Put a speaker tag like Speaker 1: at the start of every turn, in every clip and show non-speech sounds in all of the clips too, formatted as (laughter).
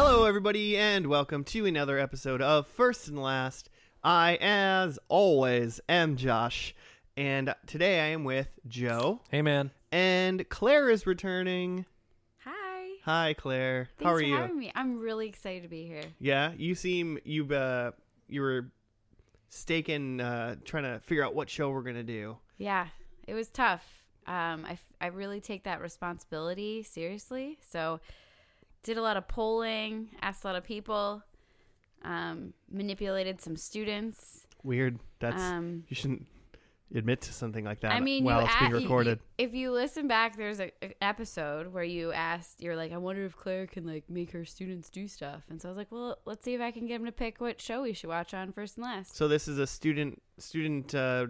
Speaker 1: everybody, and welcome to another episode of First and Last. I, as always, am Josh, and today I am with Joe,
Speaker 2: Hey, man.
Speaker 1: and Claire is returning.
Speaker 3: Hi.
Speaker 1: Hi, Claire.
Speaker 3: Thanks
Speaker 1: How are
Speaker 3: for
Speaker 1: you?
Speaker 3: having me. I'm really excited to be here.
Speaker 1: Yeah, you seem you uh you were staking uh, trying to figure out what show we're gonna do.
Speaker 3: Yeah, it was tough. Um, I, f- I really take that responsibility seriously. So, did a lot of polling, asked a lot of people, um, manipulated some students.
Speaker 1: Weird. That's
Speaker 3: Um,
Speaker 1: you shouldn't admit to something like that
Speaker 3: I mean,
Speaker 1: while
Speaker 3: you
Speaker 1: it's
Speaker 3: a-
Speaker 1: being
Speaker 3: you- you-
Speaker 1: recorded.
Speaker 3: if you listen back, there's a, a episode where you asked, you're like, I wonder if Claire can like make her students do stuff. And so I was like, well, let's see if I can get them to pick what show we should watch on first and last.
Speaker 1: So this is a student student uh,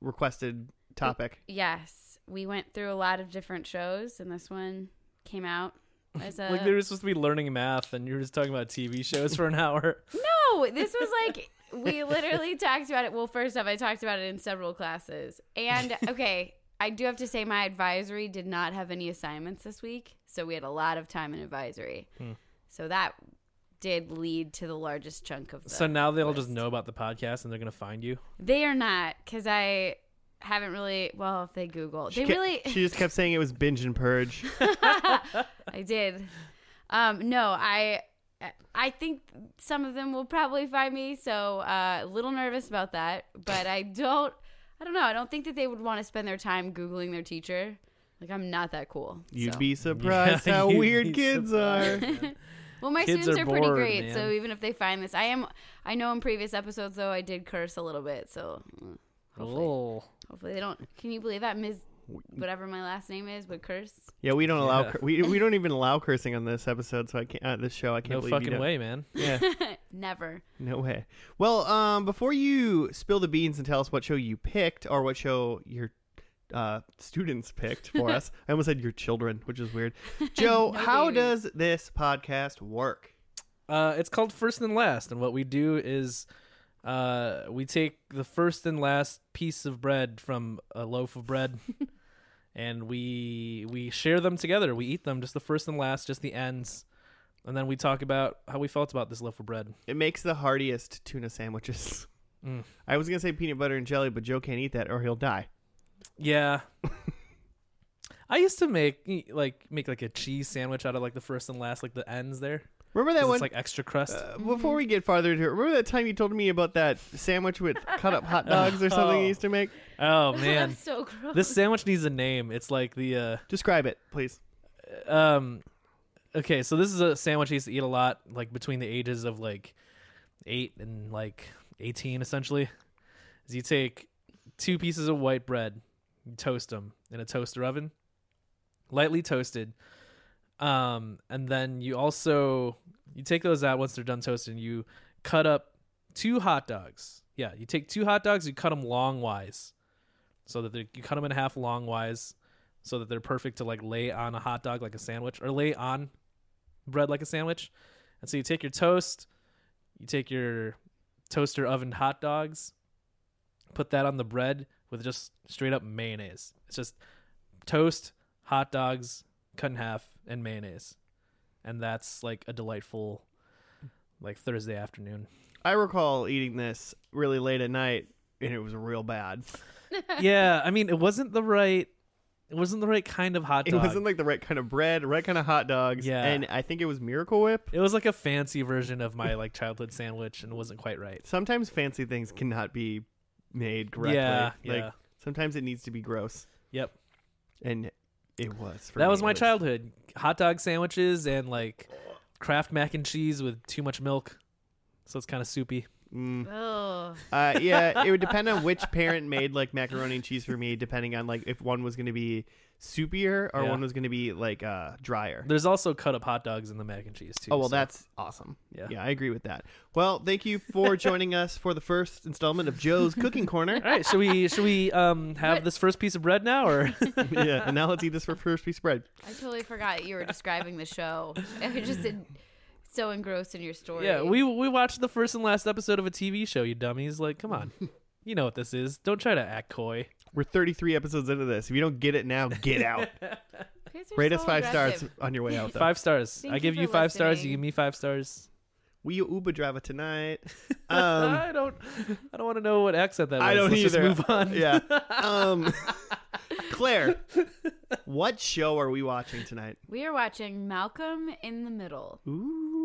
Speaker 1: requested topic.
Speaker 3: Yes, we went through a lot of different shows, and this one came out as a
Speaker 2: Like, they were supposed to be learning math, and you were just talking about TV shows for an hour. (laughs)
Speaker 3: no. This was like we literally talked about it. Well, first off, I talked about it in several classes, and okay, I do have to say my advisory did not have any assignments this week, so we had a lot of time in advisory. So that did lead to the largest chunk of. The
Speaker 2: so now they'll just
Speaker 3: list.
Speaker 2: know about the podcast, and they're going to find you.
Speaker 3: They are not because I haven't really. Well, if they Google, they
Speaker 1: She kept-
Speaker 3: really.
Speaker 1: she just kept saying it was binge and
Speaker 2: (laughs)
Speaker 1: purge.
Speaker 3: I did. Um, no, I I think some of them will probably find me, so uh, a little nervous about that. But I don't, I don't know. I don't think that they would want to spend their time googling their teacher. Like I'm not that cool.
Speaker 1: You'd
Speaker 3: so.
Speaker 1: be surprised
Speaker 2: (laughs) Yeah,
Speaker 1: how
Speaker 2: you'd be
Speaker 1: weird kids
Speaker 2: surprised.
Speaker 1: are.
Speaker 3: Well, my
Speaker 2: Kids
Speaker 3: students
Speaker 2: are
Speaker 3: are, pretty
Speaker 2: bored,
Speaker 3: great,
Speaker 2: man.
Speaker 3: so even if they find this, I am. I know in previous episodes though I did curse a little bit, so mm, hopefully,
Speaker 2: Oh.
Speaker 3: hopefully they don't. Can you believe that Ms. Whatever my last name is would curse.
Speaker 1: (laughs) Yeah, we don't allow
Speaker 2: Yeah.
Speaker 1: cur- we we don't even allow cursing on this episode. So I can't uh, this show. I can't
Speaker 2: No
Speaker 1: believe you
Speaker 2: fucking
Speaker 1: don't.
Speaker 2: way, man.
Speaker 1: Yeah,
Speaker 3: Never.
Speaker 1: no way. Well, um, before you spill the beans and tell us what show you picked or what show your uh, students picked
Speaker 2: (laughs)
Speaker 1: for us, I almost said your children, which is weird. Joe,
Speaker 3: No
Speaker 1: how
Speaker 3: babies.
Speaker 1: does this podcast work?
Speaker 2: Uh, it's called First and Last, and what we do is uh, we take the first and last piece of bread from a loaf of bread, and we we share them together. We eat them, just the first and last, just the ends, and then we talk about how we felt about this loaf of bread.
Speaker 1: It makes the heartiest tuna sandwiches.
Speaker 2: Mm.
Speaker 1: I was gonna say peanut butter and jelly, but Joe can't eat that or he'll die.
Speaker 2: Yeah. (laughs) I used to make like make like a cheese sandwich out of like the first and last like the ends there.
Speaker 1: Remember
Speaker 2: 'Cause
Speaker 1: that one?
Speaker 2: It's like extra crust.
Speaker 1: Uh, before we get farther into it, remember that time you told me about that sandwich
Speaker 2: (laughs)
Speaker 1: with cut up hot dogs or something you
Speaker 2: Oh.
Speaker 1: used to make? (laughs)
Speaker 2: oh man.
Speaker 3: (laughs) That's so gross.
Speaker 2: this sandwich needs a name. It's like the uh
Speaker 1: Describe it, please.
Speaker 2: um okay, so this is a sandwich I used to eat a lot like between the ages of like 8 and like 18 essentially. Is you take two pieces of white bread, you toast them in a toaster oven, lightly toasted. Um and then you also you take those out once they're done toasting, you cut up two hot dogs. Yeah, you take two hot dogs, you cut them longwise. So that they you cut them in half longwise so that they're perfect to like lay on a hot dog like a sandwich or lay on bread like a sandwich. And so you take your toast, you take your toaster oven hot dogs, put that on the bread with just straight up mayonnaise. It's just toast, hot dogs, cut in half, and mayonnaise. And that's like a delightful like Thursday afternoon.
Speaker 1: I recall eating this really late at night, and it was real bad.
Speaker 2: yeah, I mean it wasn't the right it wasn't the right kind of hot
Speaker 1: It
Speaker 2: dog.
Speaker 1: wasn't like the right kind of bread, right kind of hot dogs.
Speaker 2: Yeah.
Speaker 1: And I think it was Miracle Whip.
Speaker 2: It was like a fancy version of my like childhood sandwich and it wasn't quite right.
Speaker 1: Sometimes fancy things cannot be made correctly.
Speaker 2: Yeah,
Speaker 1: like
Speaker 2: yeah.
Speaker 1: sometimes it needs to be gross.
Speaker 2: Yep.
Speaker 1: And it was. For
Speaker 2: that
Speaker 1: me,
Speaker 2: was
Speaker 1: at
Speaker 2: my
Speaker 1: least.
Speaker 2: childhood. Hot dog sandwiches and like Kraft mac and cheese with too much milk. So it's kind of soupy.
Speaker 1: Mm.
Speaker 3: Ugh.
Speaker 1: Uh, yeah, it would depend on which parent made like macaroni and cheese for me, depending on like if one was going to be soupier or
Speaker 2: Yeah.
Speaker 1: one was going to be like uh, drier.
Speaker 2: There's also cut up hot dogs in the mac and cheese too.
Speaker 1: Oh well,
Speaker 2: so-
Speaker 1: that's awesome. Yeah.
Speaker 2: Yeah.
Speaker 1: I agree with that. Well, thank you for joining us for the first installment of Joe's Cooking Corner.
Speaker 2: (laughs) All right, should we should we um have this first piece of bread now
Speaker 3: (laughs)
Speaker 2: or
Speaker 1: yeah, and now let's eat this for first piece of bread.
Speaker 3: I totally forgot you were describing the show. (laughs) I was just in, so engrossed in your
Speaker 2: (laughs)
Speaker 3: story.
Speaker 2: Yeah, we we watched the first and last episode of a TV show, you dummies. Like,
Speaker 1: (laughs)
Speaker 2: come on. You know what this is. Don't try to act coy.
Speaker 1: We're 33 episodes into this. If you don't get it now, get
Speaker 2: (laughs)
Speaker 1: out.
Speaker 3: You guys are
Speaker 1: Rate
Speaker 3: so
Speaker 1: us five
Speaker 3: aggressive.
Speaker 1: stars on your way out. Though.
Speaker 2: Five stars.
Speaker 3: Thank
Speaker 2: I
Speaker 3: you
Speaker 2: give
Speaker 3: for
Speaker 2: you five stars,
Speaker 3: listening.
Speaker 2: you give me five stars.
Speaker 1: Will you Uber driver
Speaker 2: (laughs)
Speaker 1: tonight? Um,
Speaker 2: I don't. I don't want to know what accent that was.
Speaker 1: I don't
Speaker 2: Let's
Speaker 1: either.
Speaker 2: Just move on.
Speaker 1: (laughs) yeah. Um, Claire, what show are we watching tonight?
Speaker 3: We are watching Malcolm in the Middle.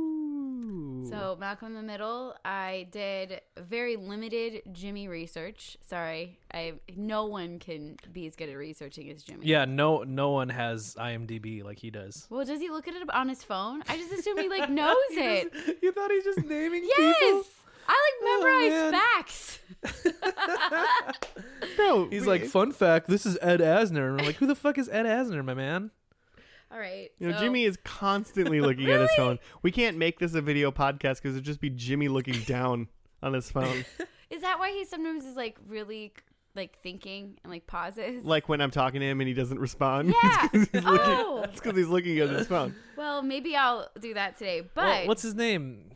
Speaker 1: Ooh.
Speaker 3: So Malcolm in the Middle, I did very limited Jimmy research. Sorry, I no one can be as good at researching as Jimmy.
Speaker 2: Yeah. No. No one has IMDb like he does.
Speaker 3: Well, does he look at it on his phone? I just assume
Speaker 1: (laughs)
Speaker 3: he
Speaker 2: (laughs)
Speaker 3: like knows
Speaker 2: You
Speaker 3: it.
Speaker 2: just- you thought he's just naming
Speaker 3: Yes, I
Speaker 2: Oh, man.
Speaker 3: like memorize facts. (laughs)
Speaker 1: bro,
Speaker 2: people. He's
Speaker 1: we-
Speaker 2: like, fun fact, this is Ed Asner. And I'm like, who the fuck is Ed Asner, my man?
Speaker 3: All right.
Speaker 1: You know,
Speaker 3: so-
Speaker 1: Jimmy is constantly looking at his phone. We can't make this a video podcast because it'd just be Jimmy looking down on his
Speaker 3: (laughs)
Speaker 1: phone,
Speaker 3: Is that why he sometimes is like really like thinking and like pauses?
Speaker 1: like when I'm talking to him and he doesn't respond.
Speaker 3: Yeah.
Speaker 1: it's because (laughs) he's,
Speaker 3: Oh.
Speaker 1: looking- it's 'cause he's looking at his
Speaker 3: (laughs)
Speaker 1: phone.
Speaker 3: well, maybe I'll do that today. But
Speaker 2: Well, what's his name?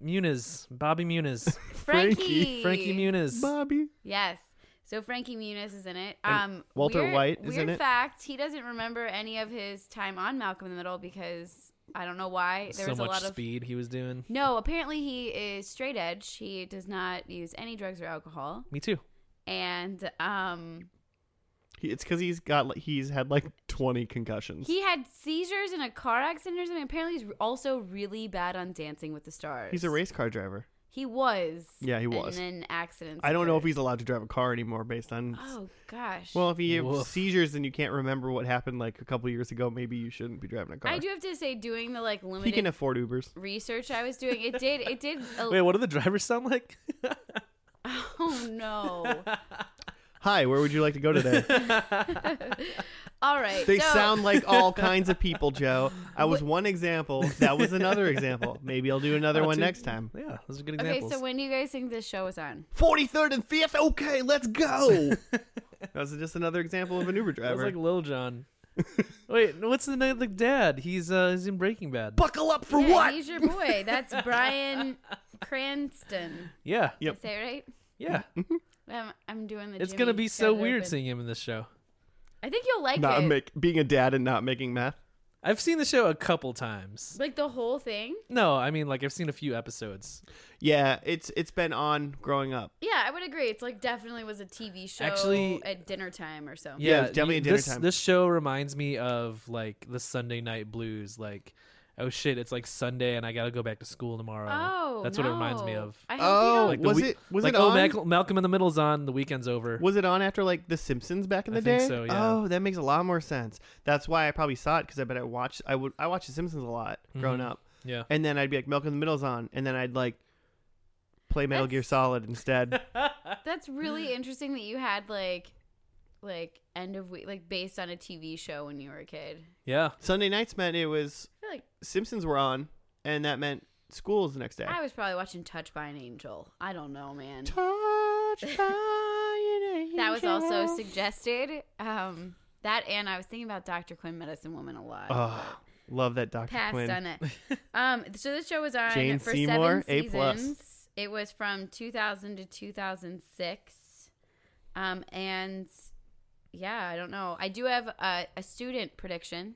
Speaker 2: Muniz. Bobby
Speaker 3: (laughs)
Speaker 2: Muniz.
Speaker 3: Frankie?
Speaker 2: Frankie Muniz.
Speaker 1: Bobby,
Speaker 3: Yes. So Frankie Muniz is in it.
Speaker 1: And
Speaker 3: Um,
Speaker 1: Walter
Speaker 3: weird-
Speaker 1: White is
Speaker 3: weird
Speaker 1: in it?
Speaker 3: fact, he doesn't remember any of his time on Malcolm in the Middle because I don't know why. There
Speaker 2: so
Speaker 3: was a
Speaker 2: much
Speaker 3: lot of
Speaker 2: speed he was doing.
Speaker 3: no. Apparently, he is straight edge. He does not use any drugs or alcohol,
Speaker 2: Me too.
Speaker 3: and um,
Speaker 1: he, it's because he's got like, he's had like 20 concussions.
Speaker 3: he had seizures in a car accident or something. Apparently, he's also really bad on Dancing with the Stars.
Speaker 1: he's a race car driver.
Speaker 3: He was.
Speaker 1: Yeah, he was.
Speaker 3: And then accidents.
Speaker 1: I don't know if
Speaker 3: occurred.
Speaker 1: he's allowed to drive a car anymore based on.
Speaker 3: Oh gosh.
Speaker 1: Well, if you have
Speaker 2: Woof.
Speaker 1: seizures and you can't remember what happened like a couple years ago, maybe you shouldn't be driving a car.
Speaker 3: I do have to say, doing the like limited.
Speaker 1: He can afford Ubers.
Speaker 3: research I was doing, it did
Speaker 2: (laughs)
Speaker 3: it did. a-
Speaker 2: Wait, what do the drivers sound like?
Speaker 3: (laughs)
Speaker 2: (laughs)
Speaker 3: oh no!
Speaker 1: Hi, where would you like to go
Speaker 3: (laughs)
Speaker 1: today?
Speaker 3: All right,
Speaker 1: They
Speaker 3: so,
Speaker 1: sound
Speaker 3: (laughs)
Speaker 1: like all kinds of people, Joe. I was one example. That was another example. Maybe I'll do another
Speaker 2: Oh,
Speaker 1: one
Speaker 2: dude.
Speaker 1: next time.
Speaker 2: yeah, those are good
Speaker 3: Okay,
Speaker 2: examples.
Speaker 3: so when do you guys think this show is on?
Speaker 1: 43rd and 5th. Okay, let's go. (laughs) that was just another example of an Uber
Speaker 2: that was
Speaker 1: driver.
Speaker 2: like Lil (laughs) John. Wait, no, what's the name of the dad? He's uh, he's in Breaking Bad.
Speaker 1: Buckle up for
Speaker 3: yeah,
Speaker 1: what?
Speaker 3: He's your boy.
Speaker 2: (laughs)
Speaker 3: That's Brian Cranston.
Speaker 2: Yeah,
Speaker 1: Yeah. Yep.
Speaker 3: Did I say it right?
Speaker 2: yeah.
Speaker 3: I'm, I'm doing the.
Speaker 2: It's
Speaker 3: Jimmy
Speaker 2: gonna be so
Speaker 3: Got It
Speaker 2: weird
Speaker 3: Open.
Speaker 2: seeing him in this show.
Speaker 3: I think you'll like
Speaker 1: Not
Speaker 3: it.
Speaker 1: make, being a dad and not making math.
Speaker 2: I've seen the show a couple times.
Speaker 3: like the whole thing.
Speaker 2: No, I mean like I've seen a few episodes.
Speaker 1: Yeah, it's it's been on growing up.
Speaker 3: Yeah, I would agree. It's like definitely was a TV show
Speaker 2: Actually-
Speaker 3: at dinner time or so.
Speaker 1: Yeah, it was definitely
Speaker 2: you-
Speaker 1: a dinner
Speaker 2: this,
Speaker 1: time.
Speaker 2: This show reminds me of like the Sunday night blues. Like, oh shit, it's like Sunday and I gotta go back to school tomorrow.
Speaker 3: Oh,
Speaker 2: that's what it reminds me
Speaker 3: no.
Speaker 2: of.
Speaker 3: I hope you
Speaker 1: Oh,
Speaker 3: don't-
Speaker 2: Like the
Speaker 1: was
Speaker 2: we-
Speaker 1: it was
Speaker 2: like
Speaker 1: it
Speaker 2: oh
Speaker 1: on?
Speaker 2: Mac- Malcolm in the Middle's on. The weekend's over.
Speaker 1: was it on after like The Simpsons back in the
Speaker 2: I think
Speaker 1: day?
Speaker 2: so, yeah.
Speaker 1: Oh, that makes a lot more sense. That's why I probably saw it because I bet I watched I would I watched The Simpsons a lot growing
Speaker 2: Mm-hmm.
Speaker 1: up.
Speaker 2: yeah.
Speaker 1: and then I'd be like Milk in the Middle's on, and then I'd like play Metal Gear
Speaker 3: That's-
Speaker 1: Solid instead.
Speaker 2: (laughs)
Speaker 1: (gasps)
Speaker 3: That's really interesting that you had like like end of week like based on a TV show when you were a kid.
Speaker 2: Yeah.
Speaker 1: Sunday nights meant it was
Speaker 3: I feel like
Speaker 1: Simpsons were on, and that meant school was the next day.
Speaker 2: (laughs)
Speaker 3: I was probably watching Touched by an Angel. I don't know, man. (laughs)
Speaker 1: Touched by an angel.
Speaker 3: That was also suggested. Um that and I was thinking about Dr. Quinn Medicine Woman a lot.
Speaker 1: Ugh, love that Doctor
Speaker 3: Passed
Speaker 1: Quinn. (laughs)
Speaker 3: on it. Um so this show was on
Speaker 1: Jane
Speaker 3: for
Speaker 1: Seymour,
Speaker 3: seven
Speaker 1: A plus.
Speaker 3: seasons. It was from 2000 to 2006. Um and yeah, I don't know. I do have a, a student prediction.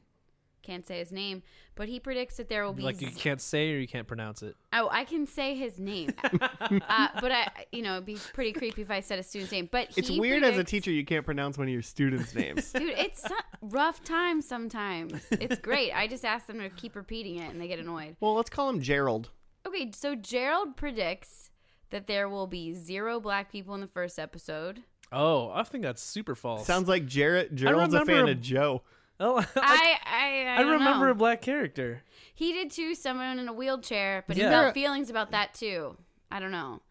Speaker 3: Can't say his name, but he predicts that there will be
Speaker 2: Like you can't say or you can't pronounce it.
Speaker 3: Oh, I can say
Speaker 1: (laughs)
Speaker 3: his name, uh, but I, you know, it'd be pretty creepy if I said a student's name. But
Speaker 1: It's
Speaker 3: he
Speaker 1: weird as a
Speaker 3: predicts-
Speaker 1: teacher you can't pronounce one of your students' names.
Speaker 3: (laughs) dude. It's so- rough time sometimes. It's great. I just ask them to keep repeating it, and they get annoyed.
Speaker 1: well, let's call him Gerald.
Speaker 3: Okay, so Gerald predicts that there will be zero black people in the first episode.
Speaker 2: Oh, I think that's super false.
Speaker 1: Sounds like Jarrett. Gerald's a fan
Speaker 2: remember-
Speaker 1: of Joe.
Speaker 2: (laughs) Oh, (laughs) I,
Speaker 3: I, I, I,
Speaker 2: I,
Speaker 3: don't
Speaker 2: remember
Speaker 3: know.
Speaker 2: a black character.
Speaker 3: He did too. Someone in a wheelchair, but
Speaker 2: Yeah.
Speaker 3: he felt feelings about that too. I don't know.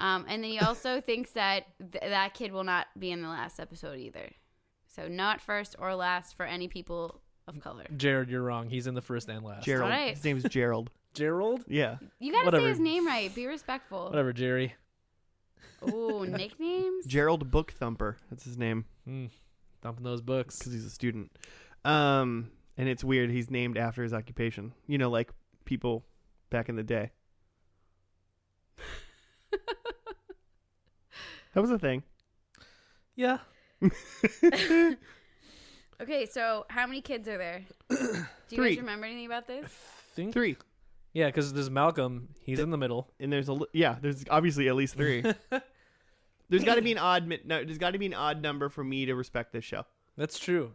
Speaker 3: Um,
Speaker 2: (laughs)
Speaker 3: and then he also thinks that th- that kid will not be in the last episode either. So not first or last for any people of color.
Speaker 2: Jared, you're wrong. He's in the first and last.
Speaker 1: Gerald.
Speaker 3: right.
Speaker 1: His name's Gerald.
Speaker 2: Gerald?
Speaker 1: Yeah.
Speaker 3: You gotta
Speaker 2: Whatever.
Speaker 3: say his name right. Be respectful.
Speaker 2: Whatever, Jerry.
Speaker 1: (laughs)
Speaker 3: Ooh,
Speaker 2: (laughs)
Speaker 3: nicknames. (laughs)
Speaker 1: Gerald Bookthumpер. That's his name.
Speaker 2: Mm, thumping those books.
Speaker 1: because he's a student. Um, and it's weird. He's named after his occupation. You know, like people back in the day. That was a thing.
Speaker 2: Yeah.
Speaker 3: (laughs) okay, so how many kids are there? Do you
Speaker 1: Three. (coughs)
Speaker 3: guys remember anything about this?
Speaker 2: Think
Speaker 1: Three.
Speaker 2: Yeah, because there's Malcolm. He's in the middle.
Speaker 1: and there's a li- yeah there's obviously at least three there's got to be an odd mi- no, there's got to be an odd number for me to respect this show
Speaker 2: That's true.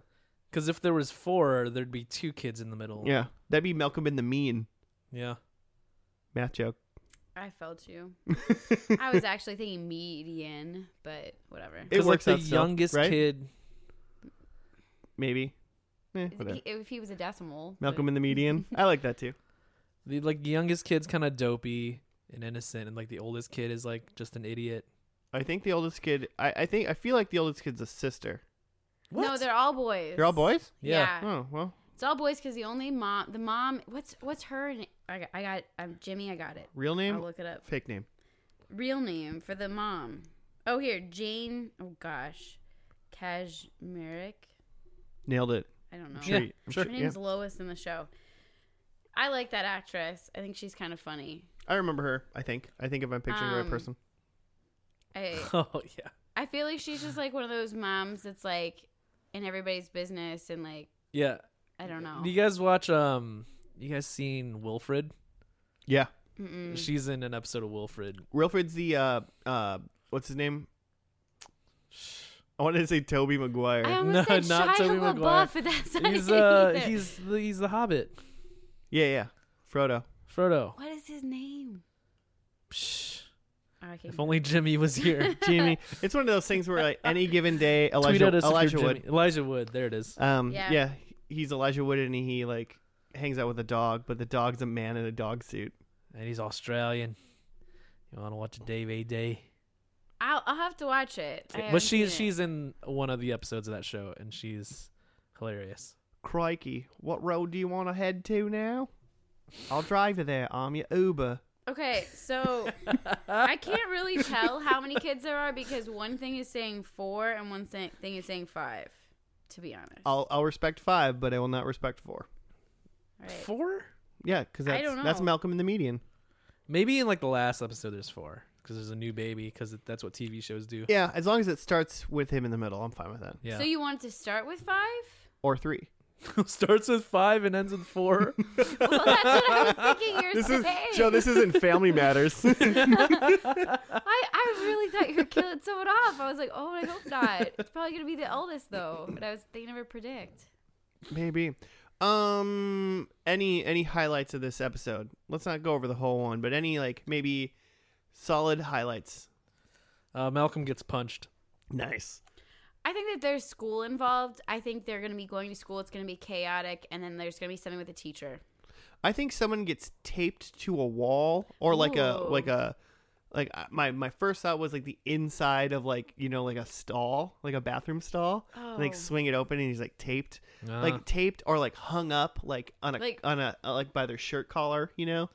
Speaker 2: Because if there was four, there'd be two kids in the middle.
Speaker 1: yeah that'd be malcolm and the mean
Speaker 2: Yeah.
Speaker 1: math joke
Speaker 3: I felt you.
Speaker 1: (laughs)
Speaker 3: I was actually thinking median, but whatever.
Speaker 1: It
Speaker 2: 'Cause,
Speaker 1: works
Speaker 2: like
Speaker 1: out
Speaker 2: the
Speaker 1: still,
Speaker 2: youngest
Speaker 1: right?
Speaker 2: kid.
Speaker 1: maybe Eh,
Speaker 3: If
Speaker 1: whatever.
Speaker 3: he- If he was a decimal, but-
Speaker 1: malcolm and the median i like that too
Speaker 2: The like youngest kid's kind of dopey and innocent, and like the oldest kid is like just an idiot.
Speaker 1: i think the oldest kid i, I think i feel like the oldest kid's a sister
Speaker 3: No,
Speaker 2: (laughs)
Speaker 3: they're all boys.
Speaker 1: they're all boys
Speaker 2: Yeah.
Speaker 3: Yeah,
Speaker 1: oh well
Speaker 3: it's all boys because the only mom, the mom, what's what's her? na- I got, I got um, Jimmy. I got it.
Speaker 1: real
Speaker 3: I'll
Speaker 1: name
Speaker 3: look it up.
Speaker 1: fake name
Speaker 3: Real name for the mom. Oh, here, Jane. Oh gosh, Kashmirik.
Speaker 1: nailed it
Speaker 3: I don't know.
Speaker 1: Sure,
Speaker 2: Yeah,
Speaker 1: I'm
Speaker 2: sure.
Speaker 3: Her
Speaker 1: yeah.
Speaker 3: Oh. name's Lois in the show. I like that actress. I think she's kind of funny.
Speaker 1: i remember her i think i think if i'm picturing the right
Speaker 3: Um,
Speaker 1: person
Speaker 3: I
Speaker 2: Oh yeah.
Speaker 3: I feel like she's just like one of those moms that's like in everybody's business and like
Speaker 2: Yeah.
Speaker 3: I don't know.
Speaker 2: Do you guys watch um? You guys seen Wilfred?
Speaker 1: yeah
Speaker 3: Mm-mm.
Speaker 2: She's in an episode of Wilfred.
Speaker 3: (laughs)
Speaker 1: wilfred's the uh uh what's his name i wanted to say toby mcguire
Speaker 3: I
Speaker 2: No, (laughs)
Speaker 3: almost said
Speaker 2: not
Speaker 3: Shia
Speaker 2: Tobey
Speaker 3: LaBeouf,
Speaker 2: Maguire.
Speaker 3: but that's not
Speaker 2: He's
Speaker 3: it
Speaker 2: uh
Speaker 3: either.
Speaker 2: he's the, he's the Hobbit.
Speaker 1: yeah yeah
Speaker 3: (laughs)
Speaker 1: frodo
Speaker 2: Frodo.
Speaker 3: What is his name?
Speaker 2: Psh,
Speaker 3: Oh, I can't
Speaker 2: if only Jimmy was
Speaker 3: (laughs)
Speaker 2: here.
Speaker 1: Jimmy. It's one of those things where like any given day
Speaker 2: Tweet
Speaker 1: (laughs) Elijah
Speaker 2: at us if you're
Speaker 1: Elijah Wood.
Speaker 2: Jimmy. Elijah Wood. There it is.
Speaker 1: Um yeah.
Speaker 3: Yeah.
Speaker 1: he's Elijah Wood and he like hangs out with a dog, but the dog's a man in a dog suit.
Speaker 2: And he's Australian. You want to watch a Dave A Day?
Speaker 3: I'll, I'll have to watch it. I haven't
Speaker 2: But she
Speaker 3: seen it.
Speaker 2: she's in one of the episodes of that show, and she's hilarious.
Speaker 1: Crikey, what road do you want to head to now? I'll drive you there. I'm your Uber.
Speaker 3: okay.
Speaker 2: (laughs)
Speaker 3: So I can't really tell how many kids there are because one thing is saying four and one thi- thing is saying five. To be honest,
Speaker 1: I'll I'll respect five, but I will not respect four.
Speaker 3: Right.
Speaker 2: Four?
Speaker 1: Yeah, because
Speaker 3: I
Speaker 1: that's
Speaker 3: don't
Speaker 1: that's
Speaker 3: know.
Speaker 1: Malcolm in the median.
Speaker 2: Maybe in like the last episode, there's four because there's a new baby because that's what TV shows do.
Speaker 1: Yeah, as long as it starts with him in the middle, I'm fine with that.
Speaker 2: Yeah.
Speaker 3: So you wanted to start with five?
Speaker 1: Or three.
Speaker 2: (laughs) Starts with five and ends
Speaker 1: (laughs)
Speaker 2: with four.
Speaker 3: Well, that's what I was thinking. You're
Speaker 1: This is
Speaker 3: saying.
Speaker 1: Joe. This isn't Family Matters.
Speaker 3: I, I really thought you were killing someone off. I was like, oh, I hope not. It's probably gonna be the eldest though. But I was they never predict.
Speaker 1: (laughs) Maybe. Um any any highlights of this episode? Let's not go over the whole one, but any like maybe solid highlights.
Speaker 2: Uh, Malcolm gets punched.
Speaker 1: Nice.
Speaker 3: I think that there's school involved. I think they're gonna be going to school. It's gonna be chaotic, and then there's gonna be something with a teacher.
Speaker 1: I think someone gets taped to a wall or like a
Speaker 3: Ooh.
Speaker 1: like a like uh, my my first thought was like the inside of like, you know, like a stall, like a bathroom stall. And like
Speaker 3: Oh.
Speaker 1: swing it open and he's like taped.
Speaker 2: Ah.
Speaker 1: Like taped or like hung up like on a
Speaker 3: Like-
Speaker 1: on a uh, like by their shirt collar, you know?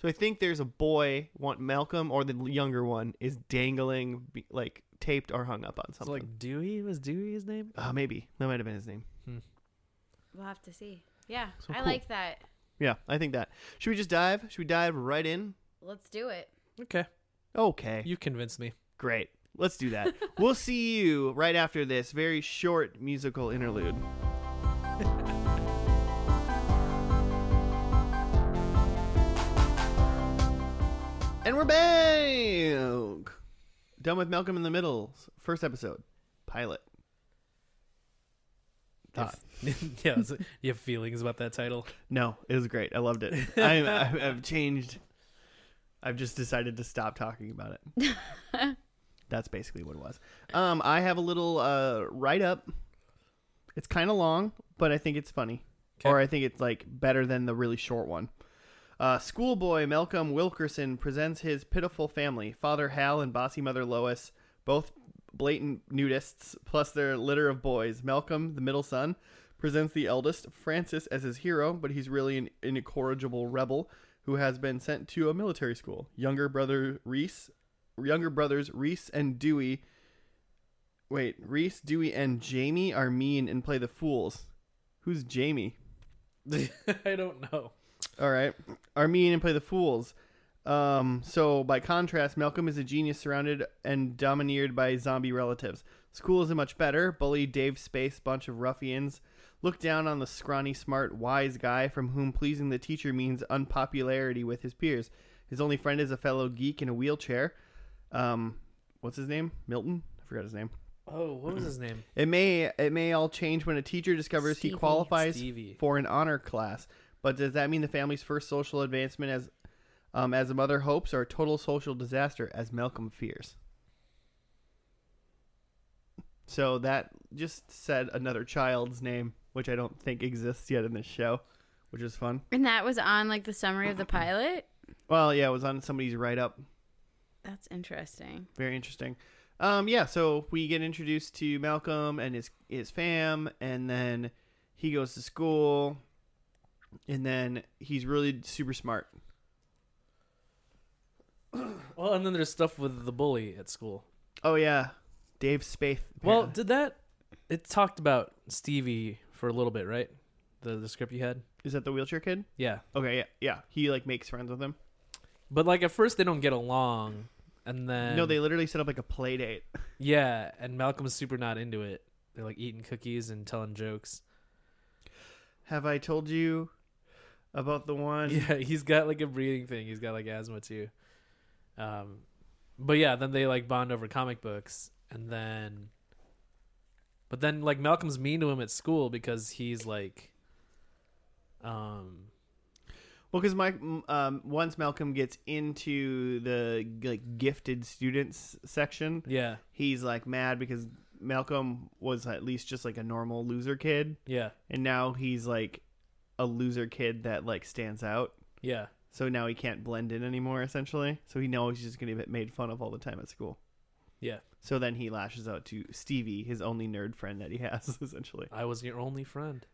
Speaker 1: So I think there's a boy, want Malcolm or the younger one is dangling be- like taped or hung up on
Speaker 2: It's
Speaker 1: something.
Speaker 2: like Dewey was Dewey his name?
Speaker 1: Uh, maybe that might have been his name.
Speaker 3: We'll have to see. Yeah,
Speaker 1: So
Speaker 3: I
Speaker 1: cool.
Speaker 3: like that.
Speaker 1: Yeah, I think that. Should we just dive? Should we dive right in?
Speaker 3: Let's do it.
Speaker 2: Okay,
Speaker 1: Okay,
Speaker 2: you convinced me.
Speaker 1: great. Let's do that. we'll see you right after this very short musical interlude. (laughs) and we're back. Done with Malcolm in the Middle's first episode, pilot. Thought.
Speaker 2: (laughs) yeah, it's- you have feelings about that title.
Speaker 1: No, it was great. I loved it. I, I, I've changed. I've just decided to stop talking about it. That's basically what it was. Um, I have a little uh, write up. It's kind of long, but I think it's funny,
Speaker 2: Okay.
Speaker 1: or I think it's like better than the really short one. Uh, schoolboy Malcolm Wilkerson presents his pitiful family: father Hal and bossy mother Lois, both blatant nudists, plus their litter of boys. Malcolm, the middle son, presents the eldest Francis as his hero, but he's really an incorrigible rebel who has been sent to a military school. Younger brother Reese, younger brothers Reese and Dewey. Wait, Reese, Dewey, and Jamie are mean and play the fools. Who's Jamie?
Speaker 2: (laughs) I don't know.
Speaker 1: All right. Are mean and play the fools. Um, so, by contrast, Malcolm is a genius surrounded and domineered by zombie relatives. School isn't much better. Bully, Dave Space, bunch of ruffians. Look down on the scrawny, smart, wise guy from whom pleasing the teacher means unpopularity with his peers. His only friend is a fellow geek in a wheelchair. Um, what's his name? Milton? I forgot his name.
Speaker 2: Oh, what was
Speaker 1: (clears throat)
Speaker 2: his name?
Speaker 1: It may it may all change when a teacher discovers he
Speaker 3: Stevie.
Speaker 1: qualifies
Speaker 2: Stevie.
Speaker 1: for an honor class. But does that mean the family's first social advancement as um, as a mother hopes or a total social disaster as Malcolm fears? So that just said another child's name, which I don't think exists yet in this show, which is fun.
Speaker 3: And that was on like the summary of the pilot.
Speaker 1: Well, yeah, it was on somebody's write up.
Speaker 3: That's interesting.
Speaker 1: Very interesting. Um, yeah, so we get introduced to Malcolm and his his fam, and then he goes to school, and then he's really super smart.
Speaker 2: Well, and then there's stuff with the bully at school.
Speaker 1: Oh yeah, Dave Spath.
Speaker 2: Well,
Speaker 1: apparently.
Speaker 2: did that? It talked about Stevie for a little bit, right? The the script you had.
Speaker 1: is that the wheelchair kid?
Speaker 2: Yeah,
Speaker 1: Okay, yeah, yeah. He like makes friends with him.
Speaker 2: but like at first they don't get along, and then
Speaker 1: no, they literally set up like a play date.
Speaker 2: yeah, and Malcolm's super not into it. They're like eating cookies and telling jokes.
Speaker 1: Have I told you about the one?
Speaker 2: (laughs) Yeah, he's got like a breathing thing. He's got like asthma too. Um, but yeah, then they like bond over comic books, and then, but then like Malcolm's mean to him at school because he's like, um,
Speaker 1: Well, because my um, once Malcolm gets into the like gifted students section,
Speaker 2: yeah,
Speaker 1: he's like mad because Malcolm was at least just like a normal loser kid,
Speaker 2: yeah,
Speaker 1: and now he's like a loser kid that like stands out.
Speaker 2: yeah.
Speaker 1: So now he can't blend in anymore, essentially. So he knows he's just gonna get made fun of all the time at school.
Speaker 2: Yeah.
Speaker 1: So then he lashes out to Stevie, his only nerd friend that he has, (laughs) essentially.
Speaker 2: I was your only friend.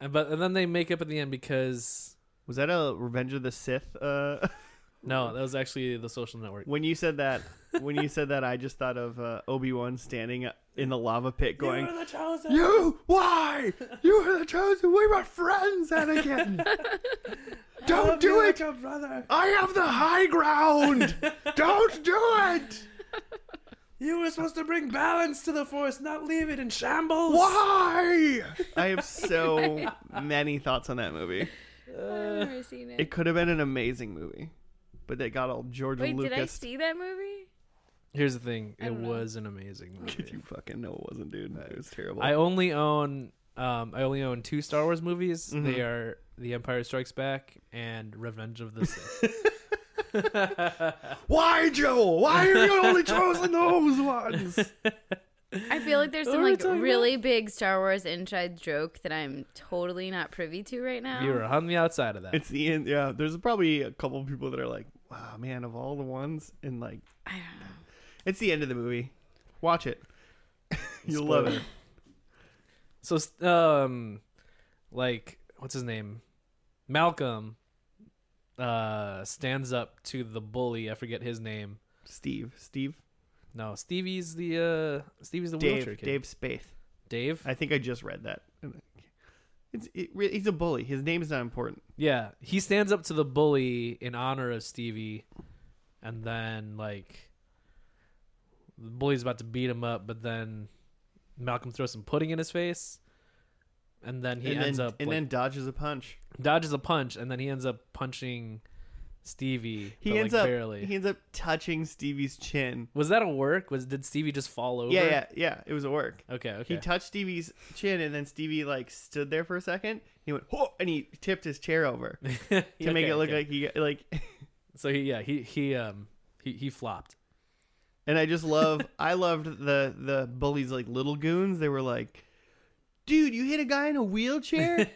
Speaker 2: And but and then they make up at the end because
Speaker 1: Was that a Revenge of the Sith? Uh, (laughs)
Speaker 2: no, that was actually the social network.
Speaker 1: when you said that, when you said that, I just thought of uh, Obi Wan standing in the lava pit, going,
Speaker 2: the chosen.
Speaker 1: You why? You are the chosen. We were friends, Anakin. Don't do it.
Speaker 2: your brother.
Speaker 1: I have the high ground. Don't do it.
Speaker 2: You were supposed to bring balance to the force, not leave it in shambles.
Speaker 1: Why? I have so many thoughts on that movie.
Speaker 2: Uh,
Speaker 3: I've never seen it.
Speaker 1: It could have been an amazing movie, but they got all George
Speaker 3: Wait, did I
Speaker 1: Lucas.
Speaker 3: see that movie?
Speaker 2: Here's the thing. It
Speaker 3: don't know.
Speaker 2: was an amazing movie.
Speaker 1: (laughs) you fucking know it wasn't, dude. It was terrible.
Speaker 2: I only own um I only own two Star Wars movies.
Speaker 1: Mhm.
Speaker 2: They are The Empire Strikes Back and Revenge of
Speaker 3: (laughs)
Speaker 2: the Sith.
Speaker 1: Why, Joe? Why are you only chosen those ones?
Speaker 3: I feel like there's
Speaker 2: What
Speaker 3: some
Speaker 2: were we
Speaker 3: like
Speaker 2: talking about?
Speaker 3: really big Star Wars inside joke that I'm totally not privy to right now.
Speaker 2: you were on the outside of
Speaker 1: (laughs)
Speaker 2: that.
Speaker 1: It's the end. Yeah, there's probably a couple of people that are like, "Wow, man, of all the ones," and like,
Speaker 3: I don't know.
Speaker 1: it's the end of the movie. Watch
Speaker 2: (laughs)
Speaker 1: it. You'll love it.
Speaker 2: So, s- um, like, what's his name? Malcolm uh stands up to the bully. I forget his name.
Speaker 1: Steve, Steve,
Speaker 2: No, Stevie's the uh Stevie's the wheelchair
Speaker 1: Dave,
Speaker 2: kid.
Speaker 1: Dave Spath.
Speaker 2: Dave.
Speaker 1: I think I just read that. It's it, re- he's a bully. His name's not important.
Speaker 2: Yeah, he stands up to the bully in honor of Stevie, and then like the bully's about to beat him up, but then Malcolm throws some pudding in his face, and then he
Speaker 1: and
Speaker 2: ends
Speaker 1: then,
Speaker 2: up
Speaker 1: and
Speaker 2: like,
Speaker 1: then dodges a punch.
Speaker 2: dodges a punch and then he ends up punching Stevie.
Speaker 1: He
Speaker 2: but,
Speaker 1: ends
Speaker 2: like,
Speaker 1: up
Speaker 2: barely.
Speaker 1: he ends up touching Stevie's chin.
Speaker 2: Was that a work? Was did Stevie just fall over?
Speaker 1: Yeah, yeah, yeah. It was a work.
Speaker 2: Okay, okay.
Speaker 1: He touched Stevie's chin, and then Stevie like stood there for a second. He went, Whoa! and he tipped his chair over
Speaker 2: (laughs)
Speaker 1: to
Speaker 2: to
Speaker 1: make it look like he like (laughs)
Speaker 2: So he yeah, he he um he, he flopped. (laughs)
Speaker 1: And I just love I loved the the bullies like little goons. They were like, "Dude, you hit a guy in a
Speaker 2: (laughs)
Speaker 1: wheelchair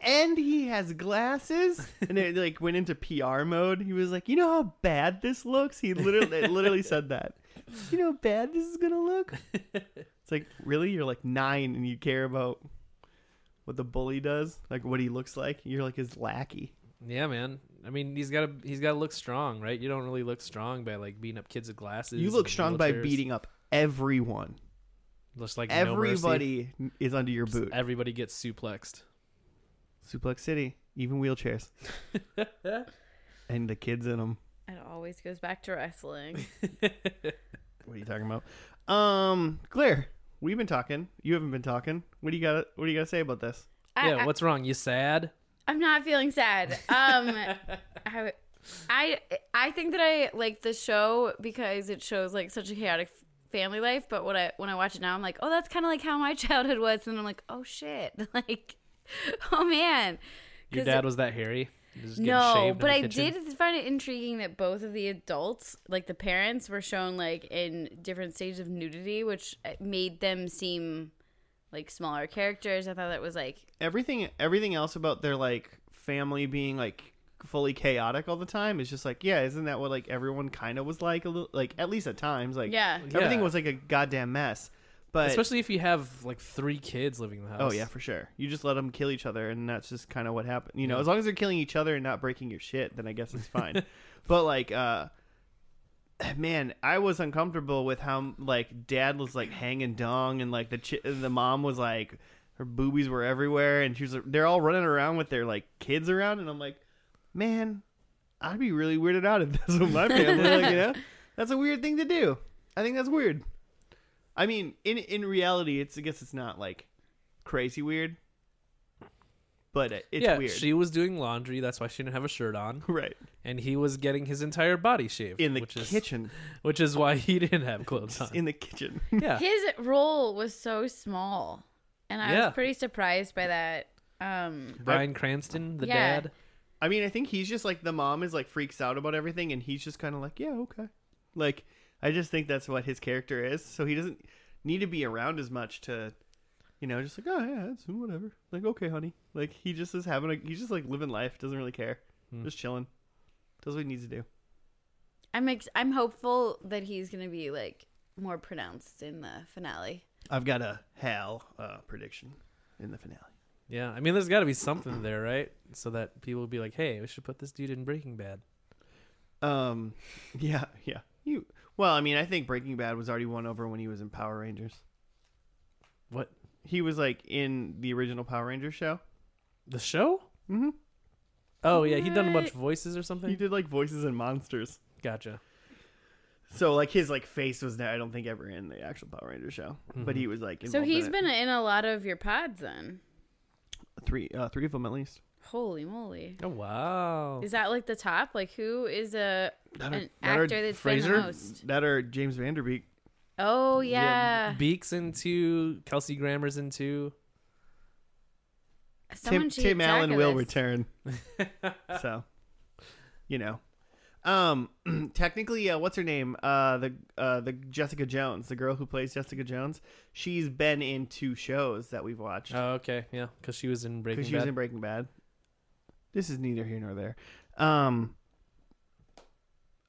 Speaker 1: and he has glasses." And it like went into PR mode. He was like, "You know how bad this looks?" He literally they literally said that. "You know how bad this is going to
Speaker 2: (laughs)
Speaker 1: look?" It's like, "Really? You're like 9 and you care about what the bully does? Like what he looks like? You're like his lackey."
Speaker 2: Yeah, man. I mean, he's got to he's got to look strong, right? You don't really look strong by like beating up kids with glasses.
Speaker 1: You look
Speaker 2: and
Speaker 1: strong by
Speaker 2: wheelchairs.
Speaker 1: beating up everyone.
Speaker 2: Looks like no mercy.
Speaker 1: Everybody is under your boot.
Speaker 2: everybody gets suplexed.
Speaker 1: Suplex City, even
Speaker 2: (laughs)
Speaker 1: wheelchairs. and the kids in them.
Speaker 3: It always
Speaker 2: (laughs)
Speaker 3: goes back to wrestling.
Speaker 1: What are you talking about? Um, Claire, We've been talking. You haven't been talking. What do you got? What do you got to say about this?
Speaker 3: I,
Speaker 2: Yeah, what's wrong? You sad?
Speaker 3: I, am not feeling sad. Um,
Speaker 2: (laughs)
Speaker 3: I, I, I think that I like the show because it shows like such a chaotic family life. But what I when I watch it now, I'm like, oh, that's kind of like how my (laughs) childhood was, and I'm like, oh shit, (laughs) like, oh man.
Speaker 2: Your
Speaker 3: 'Cause it-
Speaker 2: dad was that hairy? He was just getting shaved
Speaker 3: No,
Speaker 2: in
Speaker 3: but
Speaker 2: the
Speaker 3: I
Speaker 2: kitchen?
Speaker 3: did find it intriguing that both of the adults, like the parents, were shown like in different stages of nudity, which uh, made them seem like smaller characters. I thought that was like
Speaker 1: Everything, everything else about their like family being like fully chaotic all the time is just like, yeah, isn't that what like everyone kind of was like a little, like at least at times, like
Speaker 3: Yeah.
Speaker 1: everything
Speaker 2: Yeah.
Speaker 1: was like a goddamn mess. But
Speaker 2: Especially if you have like three kids living in the
Speaker 1: oh
Speaker 2: house.
Speaker 1: yeah, for sure, you just let them kill each other, and that's just kind of what happened. You know,
Speaker 2: Yeah.
Speaker 1: as long as they're killing each other and not breaking your shit, then I guess it's
Speaker 2: (laughs)
Speaker 1: fine. but like, uh (sighs) man, I was uncomfortable with how like dad was like hanging dong, and like the chi- the mom was like her boobies were everywhere, and she was they're all running around with their like kids around, and I'm like, man, I'd be really weirded out if this was my family. like, you know, that's a weird thing to do. I think that's weird. I mean, in in reality, it's I guess it's not like crazy weird, but it- it's
Speaker 2: yeah,
Speaker 1: weird,
Speaker 2: she was doing laundry. That's why she didn't have a shirt on,
Speaker 1: (laughs) right?
Speaker 2: and he was getting his entire body shaved
Speaker 1: In the
Speaker 2: which is-
Speaker 1: kitchen,
Speaker 2: which is why he didn't have clothes on.
Speaker 1: (laughs) in the kitchen.
Speaker 2: yeah,
Speaker 3: his role was so small, and I
Speaker 2: Yeah.
Speaker 3: was pretty surprised by that. Um,
Speaker 2: Brian Cranston, the
Speaker 3: Yeah.
Speaker 2: dad.
Speaker 1: I mean, I think he's just like the mom is like freaks out about everything, and he's just kind of like, yeah, okay. Like, I just think that's what his character is. So he doesn't need to be around as much to, you know, just like, oh yeah, it's whatever. Like, okay, honey. Like, he just is having a, he's just like living life, doesn't really care,
Speaker 2: Hmm.
Speaker 1: just chilling, does what he needs to do.
Speaker 3: I'm ex- I'm hopeful that he's gonna be like more pronounced in the finale.
Speaker 1: I've got a Hal uh, prediction in the finale.
Speaker 2: Yeah, I mean, there's got to be something there, right? So that people would be like, "Hey, we should put this dude in Breaking Bad."
Speaker 1: Um, (laughs) yeah, yeah. You well, I mean, I think Breaking Bad was already won over when he was in Power Rangers.
Speaker 2: What
Speaker 1: He was like in the original Power Rangers show.
Speaker 2: the show?
Speaker 1: Mhm.
Speaker 2: Oh yeah, he done a bunch
Speaker 3: What?
Speaker 2: of voices or something.
Speaker 1: He did like voices and monsters.
Speaker 2: Gotcha.
Speaker 1: So like his like face was I don't think ever in the actual Power Ranger show, but he was like
Speaker 3: So
Speaker 1: involved
Speaker 3: he's
Speaker 1: in it.
Speaker 3: been in a lot of your pods then.
Speaker 1: three uh, three of them at least.
Speaker 3: Holy moly.
Speaker 2: Oh wow.
Speaker 3: Is that like the top? Like who is a
Speaker 1: That are-
Speaker 3: an
Speaker 1: that are
Speaker 3: actor that's
Speaker 2: Fraser?
Speaker 3: been the most?
Speaker 1: That are James Vanderbeek.
Speaker 3: Oh yeah,
Speaker 2: Beaks in two. Kelsey Grammer's in two.
Speaker 1: Tim,
Speaker 3: someone should
Speaker 1: Tim
Speaker 3: keep track
Speaker 1: Allen
Speaker 3: of
Speaker 1: will
Speaker 3: this.
Speaker 1: return.
Speaker 3: (laughs)
Speaker 1: so, you know, um, (clears throat) technically, uh, what's her name? Uh, the uh, the Jessica Jones, the girl who plays Jessica Jones. She's been in two shows that we've watched
Speaker 2: Oh okay, yeah, because she was in Breaking
Speaker 1: because she
Speaker 2: Bad.
Speaker 1: was in Breaking Bad. This is neither here nor there. Um,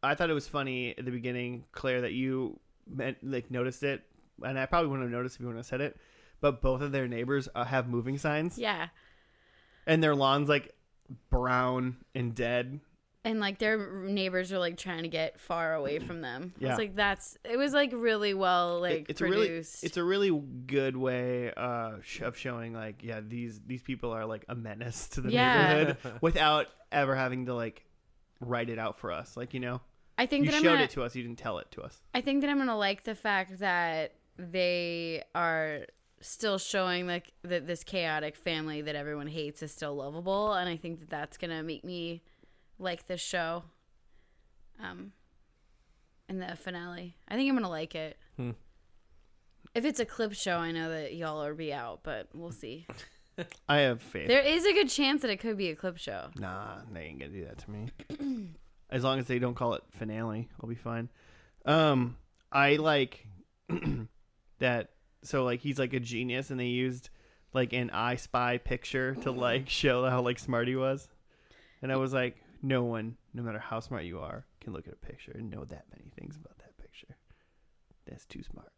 Speaker 1: I thought it was funny at the beginning, Claire, that you meant, like noticed it, and I probably wouldn't have noticed if you wouldn't have said it. But both of their neighbors uh, have moving signs,
Speaker 3: Yeah,
Speaker 1: and their lawn's like brown and dead.
Speaker 3: and like their neighbors are like trying to get far away from them.
Speaker 1: Yeah.
Speaker 3: It's like that's it was like really well
Speaker 1: It-
Speaker 3: like
Speaker 1: it's
Speaker 3: produced.
Speaker 1: a really it's a really good way uh, sh- of showing like yeah these these people are like a menace to the
Speaker 3: Yeah.
Speaker 1: neighborhood without ever having to like write it out for us. Like you know,
Speaker 3: I think
Speaker 1: you
Speaker 3: that
Speaker 1: showed
Speaker 3: I'm gonna,
Speaker 1: it to us, you didn't tell it to us.
Speaker 3: I think that I'm gonna like the fact that they are still showing like that this chaotic family that everyone hates is still lovable, and I think that that's gonna make me like this show. Um, in the finale, I think I'm gonna like it.
Speaker 2: Hmm.
Speaker 3: If it's a clip show, I know that y'all are be out, but we'll see.
Speaker 1: I have faith.
Speaker 3: There is a good chance that it could be a clip show.
Speaker 1: nah, they ain't gonna do that to me. as long as they don't call it finale, I'll be fine. Um, I like (clears throat) that. So like he's like a genius, and they used like an I Spy picture to like (laughs) show how like smart he was. And I was like, no one, no matter how smart you are, can look at a picture and know that many things about that picture. That's too smart.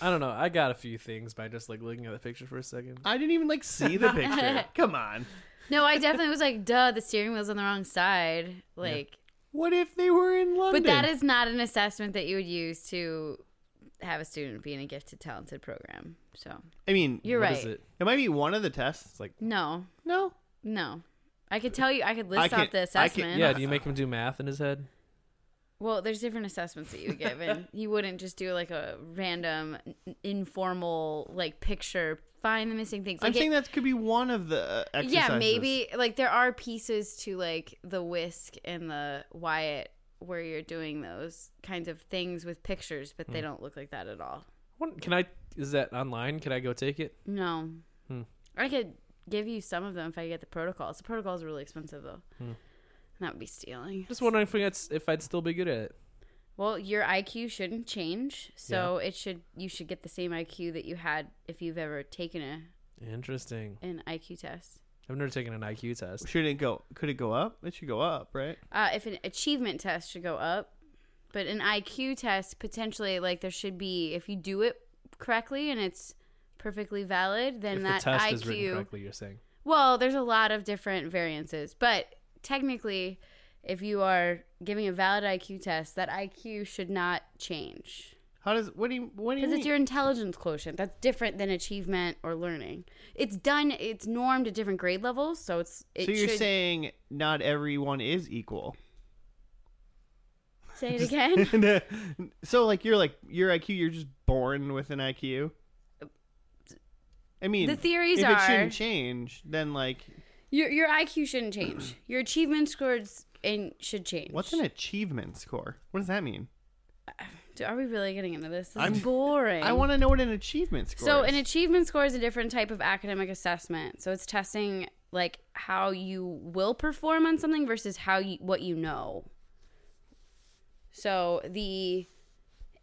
Speaker 2: I don't know. I got a few things by just like looking at the picture for a second.
Speaker 3: Oh,
Speaker 1: I didn't even like see the
Speaker 3: (laughs)
Speaker 1: picture. Come on.
Speaker 3: No, I definitely was like, duh, the steering wheel's on the wrong side. Like,
Speaker 1: What if they were in London?
Speaker 3: But that is not an assessment that you would use to have a student be in a gifted talented program. So
Speaker 1: I mean,
Speaker 3: you're
Speaker 2: What
Speaker 3: right.
Speaker 2: is it?
Speaker 1: It might be one of the tests.
Speaker 2: It's like
Speaker 3: No,
Speaker 1: No.
Speaker 3: no. I could tell you. I could
Speaker 1: I
Speaker 3: list
Speaker 1: can't-
Speaker 3: off the
Speaker 1: I can't-
Speaker 3: assessment.
Speaker 2: yeah. Do you make him do math in his head?
Speaker 3: Well, there's different assessments that you give, and you wouldn't just do like a random n- informal like picture. Find the missing things.
Speaker 1: I'm
Speaker 3: Like, it-
Speaker 1: saying that could be one of the uh, exercises.
Speaker 3: yeah, maybe like there are pieces to like the whisk and the Wyatt where you're doing those kinds of things with pictures, but they don't look like that at all.
Speaker 2: What, can I? Is that online? Can I go take it?
Speaker 3: No,
Speaker 2: Hmm.
Speaker 3: I could give you some of them if I get the protocols. The protocols are really expensive though.
Speaker 2: Hmm.
Speaker 3: And That would be stealing.
Speaker 2: Just wondering if we had, if I'd still be good at it.
Speaker 3: Well, your IQ shouldn't change, so it should you should get the same IQ that you had if you've ever taken a
Speaker 2: Interesting.
Speaker 3: an IQ test.
Speaker 2: I've never taken an IQ test.
Speaker 1: Should it go? Could it go up? It should go up, right?
Speaker 3: Uh, if an achievement test should go up, but an IQ test potentially like there should be if you do it correctly and it's perfectly valid, then
Speaker 2: if the
Speaker 3: that
Speaker 2: test
Speaker 3: IQ.
Speaker 2: is written correctly, you're saying.
Speaker 3: Well, there's a lot of different variances, but technically, if you are giving a valid IQ test, that IQ should not change.
Speaker 1: How does? What do you? What do you
Speaker 3: Because
Speaker 1: mean?
Speaker 3: it's your intelligence quotient. That's different than achievement or learning. It's done. It's normed at different grade levels, so it's. It
Speaker 1: so you're
Speaker 3: should,
Speaker 1: saying not everyone is
Speaker 3: (laughs)
Speaker 1: equal. (laughs)
Speaker 3: say it again.
Speaker 1: so like you're like your IQ, you're just born with an IQ. I mean,
Speaker 3: The theories
Speaker 1: if it
Speaker 3: are-
Speaker 1: shouldn't change, then like
Speaker 3: your your IQ shouldn't change. Your achievement scores and should change.
Speaker 1: what's an achievement score? What does that mean?
Speaker 3: Do- Are we really getting into this? This
Speaker 1: I'm-
Speaker 3: is boring.
Speaker 1: I want to know what an achievement score.
Speaker 3: So
Speaker 1: is.
Speaker 3: an achievement score is a different type of academic assessment. So it's testing like how you will perform on something versus how you what you know. So the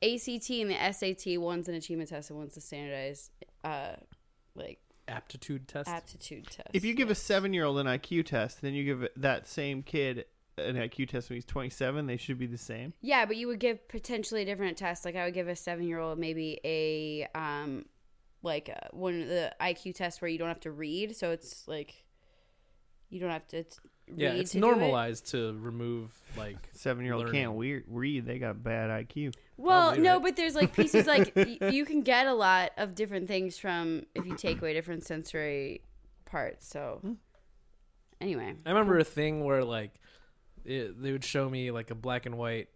Speaker 3: ACT and the SAT one's an achievement test and one's a standardized uh like
Speaker 2: Aptitude test.
Speaker 3: aptitude test.
Speaker 1: if you give a seven-year-old an IQ test, then you give that same kid an IQ test when he's 27, they should be the same.
Speaker 3: Yeah, but you would give potentially different tests. Like I would give a seven year old maybe a um like uh one of the IQ tests where you don't have to read, so it's like you don't have to it's
Speaker 2: yeah,
Speaker 3: read
Speaker 2: it's
Speaker 3: to do it.
Speaker 2: normalized to remove like
Speaker 1: Seven-year-old
Speaker 2: learning.
Speaker 1: can't we- read; they got bad IQ.
Speaker 3: Well,
Speaker 2: Probably,
Speaker 3: no,
Speaker 2: right?
Speaker 3: but there's like pieces like
Speaker 2: (laughs)
Speaker 3: y- you can get a lot of different things from if you take away different sensory parts. So
Speaker 2: Hmm.
Speaker 3: anyway,
Speaker 2: I remember a thing where like it, they would show me like a black and white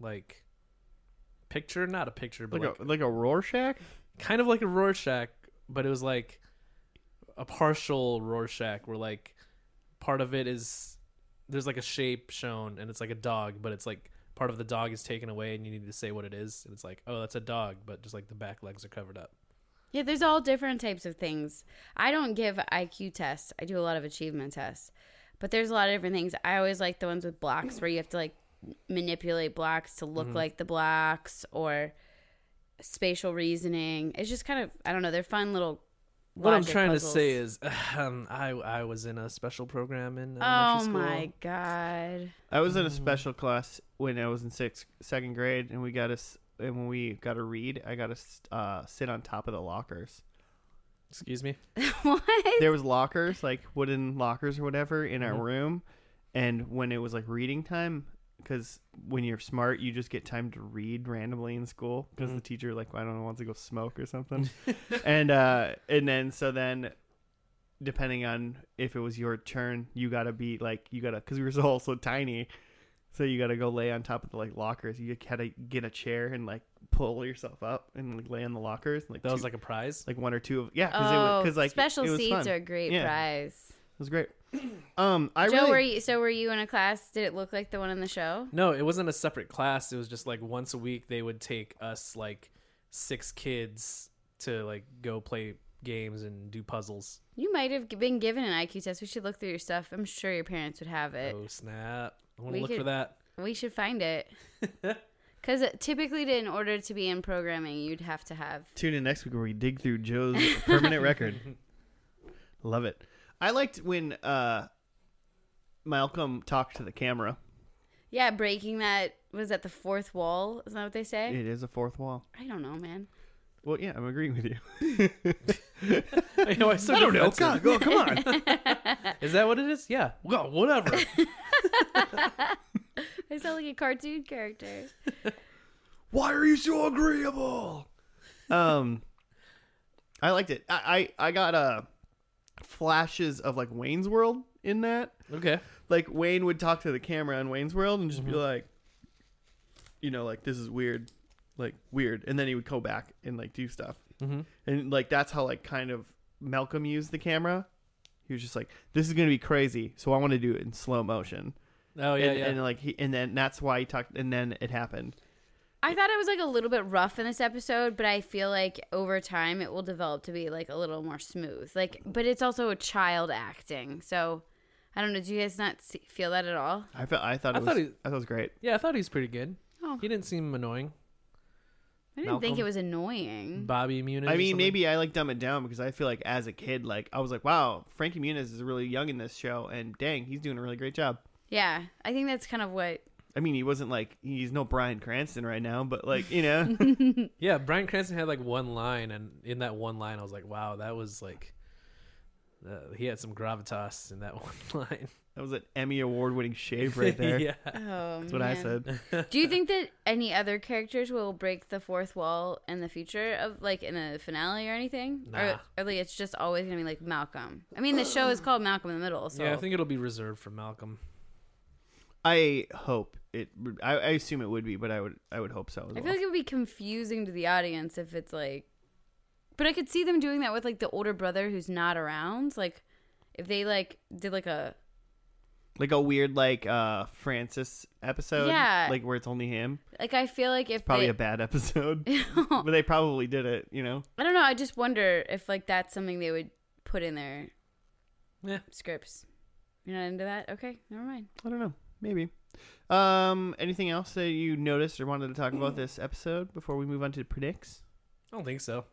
Speaker 2: like picture, not a picture, but
Speaker 1: Like,
Speaker 2: like,
Speaker 1: a like a Rorschach.
Speaker 2: kind of like a Rorschach, but it was like a partial Rorschach where like part of it is there's like a shape shown and it's like a dog, but it's like part of the dog is taken away and you need to say what it is and it's like oh that's a dog but just like the back legs are covered up
Speaker 3: yeah, there's all different types of things. I don't give IQ tests. I do a lot of achievement tests. But there's a lot of different things. I always like the ones with blocks where you have to like manipulate blocks to look like the blocks or spatial reasoning. It's just kind of I don't know, they're fun little
Speaker 2: what i'm
Speaker 3: logic
Speaker 2: trying
Speaker 3: puzzles.
Speaker 2: to say is (sighs) um, I, I was in a special program in elementary
Speaker 3: Oh
Speaker 2: uh, school
Speaker 3: my god. (laughs)
Speaker 1: I was in
Speaker 2: Mm.
Speaker 1: a special class when I was in sixth, second grade, and we got us. And when we got to read, I got to uh, sit on top of the lockers.
Speaker 2: excuse me
Speaker 3: what?
Speaker 1: There was lockers, like wooden lockers or whatever, in our room. And when it was like reading time, because when you're smart, you just get time to read randomly in school because
Speaker 2: Mm-hmm.
Speaker 1: the teacher, like, I don't know, wants to go smoke or
Speaker 2: (laughs)
Speaker 1: something. and uh, and then so then, depending on if it was your turn, you gotta be like you gotta because we were (laughs) all so tiny. So you gotta go lay on top of the like lockers. You gotta get a chair and like pull yourself up and like lay on the lockers. Like
Speaker 2: that was
Speaker 1: two-
Speaker 2: like a prize
Speaker 1: like one or two of yeah
Speaker 3: Oh,
Speaker 1: because like
Speaker 3: special
Speaker 1: it was
Speaker 3: seeds
Speaker 1: fun.
Speaker 3: are a great
Speaker 1: Yeah.
Speaker 3: prize.
Speaker 1: It was great. (clears throat) Um, I
Speaker 3: Joe,
Speaker 1: really
Speaker 3: were you, so were you in a class? Did it look like the one in the show?
Speaker 2: No, it wasn't a separate class. It was just like once a week they would take us like six kids to like go play games and do puzzles.
Speaker 3: You might have been given an IQ test. We should look through your stuff. I'm sure your parents would have it.
Speaker 2: Oh snap! I want
Speaker 3: Eh. We
Speaker 2: to look for
Speaker 3: could-
Speaker 2: that. (laughs)
Speaker 3: We should find it. Because typically, to, in order to be in programming, you'd have to have.
Speaker 1: tune in next week where we dig through Joe's
Speaker 3: (laughs)
Speaker 1: permanent record. Love it. I liked when uh, Malcolm talked to the camera.
Speaker 3: Yeah, breaking that was that the fourth wall. Is that what they say?
Speaker 1: It is a fourth wall.
Speaker 3: I don't know, man.
Speaker 1: Well, yeah, I'm agreeing with you.
Speaker 2: I know. I,
Speaker 1: (laughs)
Speaker 2: so
Speaker 1: I don't know. God,
Speaker 2: defensive.
Speaker 1: go, come (laughs) on.
Speaker 2: Is that what it is? Yeah. Well, whatever.
Speaker 1: (laughs)
Speaker 3: I sound like a cartoon character.
Speaker 1: Why are you so agreeable? Um, I liked it. I I, I got uh, flashes of like Wayne's World in that.
Speaker 2: okay. Mm-hmm.
Speaker 1: like Wayne would talk to the camera on Wayne's World and just be like, you know, like this is weird, like weird, and then he would go back and like do stuff,
Speaker 2: Mhm.
Speaker 1: and like that's how like kind of Malcolm used the camera. He was just like, "This is gonna be crazy, so I want to do it in slow motion."
Speaker 2: Oh yeah,
Speaker 1: and, uh,
Speaker 2: yeah.
Speaker 1: and like he, and then that's why he talked, and then it happened.
Speaker 3: I thought it was like a little bit rough in this episode, but I feel like over time it will develop to be like a little more smooth. Like, but it's also a child acting, so I don't know. Do you guys not see, feel that at all?
Speaker 1: I felt, I thought it
Speaker 2: I
Speaker 1: was,
Speaker 2: thought he-
Speaker 1: I thought it was great.
Speaker 2: yeah, I thought he was pretty good.
Speaker 3: Oh,
Speaker 2: He didn't seem annoying.
Speaker 3: I didn't think
Speaker 2: Malcolm.
Speaker 3: it was annoying.
Speaker 2: Bobby Muniz. or
Speaker 1: I mean,
Speaker 2: something.
Speaker 1: maybe I like dumb it down because I feel like as a kid, like I was like, wow, Frankie Muniz is really young in this show, and dang, he's doing a really great job.
Speaker 3: yeah, I think that's kind of what.
Speaker 1: I mean, he wasn't like he's no Brian Cranston right now, but like you
Speaker 2: (laughs)
Speaker 1: know,
Speaker 2: Yeah, Brian Cranston had like one line, and in that one line, I was like, wow, that was like, uh, he had some gravitas in that (laughs) one line.
Speaker 1: that was an Emmy award-winning
Speaker 2: (laughs)
Speaker 1: shave right there.
Speaker 2: yeah.
Speaker 3: Oh,
Speaker 1: That's what I
Speaker 2: (laughs)
Speaker 1: said.
Speaker 3: Do you think that any other characters will break the fourth wall in the future of like in a finale or anything?
Speaker 2: Nah.
Speaker 3: Or, or like it's just always gonna be like Malcolm. I mean, the show is called Malcolm in the Middle, so
Speaker 2: Yeah, I think it'll be reserved for Malcolm.
Speaker 1: I hope it. would- I, I assume it would be, but I would. I would hope so. As
Speaker 3: I
Speaker 1: well.
Speaker 3: feel like it would be confusing to the audience if it's like. But I could see them doing that with like the older brother who's not around. Like, if they like did like a
Speaker 1: like a weird like uh Francis episode.
Speaker 3: Yeah.
Speaker 1: like where it's only him.
Speaker 3: like, I feel like if
Speaker 1: Probably
Speaker 3: they,
Speaker 1: a bad (laughs) episode,
Speaker 3: (laughs) I
Speaker 1: but they probably did it. You know,
Speaker 3: don't know. I just wonder if like that's something they would put in their
Speaker 2: Yeah.
Speaker 3: scripts. You're not into that? Okay, never mind.
Speaker 1: I don't know. Maybe. Um, anything else that you noticed or wanted to talk
Speaker 3: Mm.
Speaker 1: about this episode before we move on to predicts?
Speaker 2: I don't think so.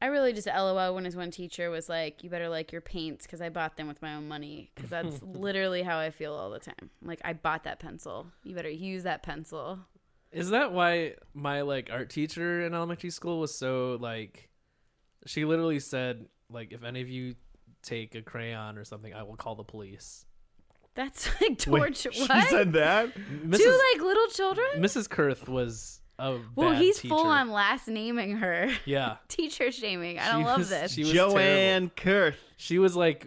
Speaker 3: I really just LOL when his one teacher was like, "You better like your paints because I bought them with my own money." Because
Speaker 2: (laughs)
Speaker 3: that's literally how I feel all the time. Like I bought that pencil. You better use that pencil.
Speaker 2: Is that why my like art teacher in elementary school was so like she literally said like if any of you take a crayon or something I will call the police.
Speaker 3: That's (laughs) like
Speaker 1: Wait,
Speaker 3: torture.
Speaker 1: She
Speaker 3: what?
Speaker 1: said that.
Speaker 2: Mrs.
Speaker 3: Two like little children?
Speaker 2: Mrs. Kurth was a
Speaker 3: Well,
Speaker 2: bad
Speaker 3: he's
Speaker 2: teacher.
Speaker 3: full on last naming her. (laughs)
Speaker 2: Yeah.
Speaker 3: Teacher shaming. I
Speaker 2: She
Speaker 3: don't love
Speaker 2: was-
Speaker 3: this.
Speaker 2: She was terrible.
Speaker 1: Joanne Kurth.
Speaker 2: She was like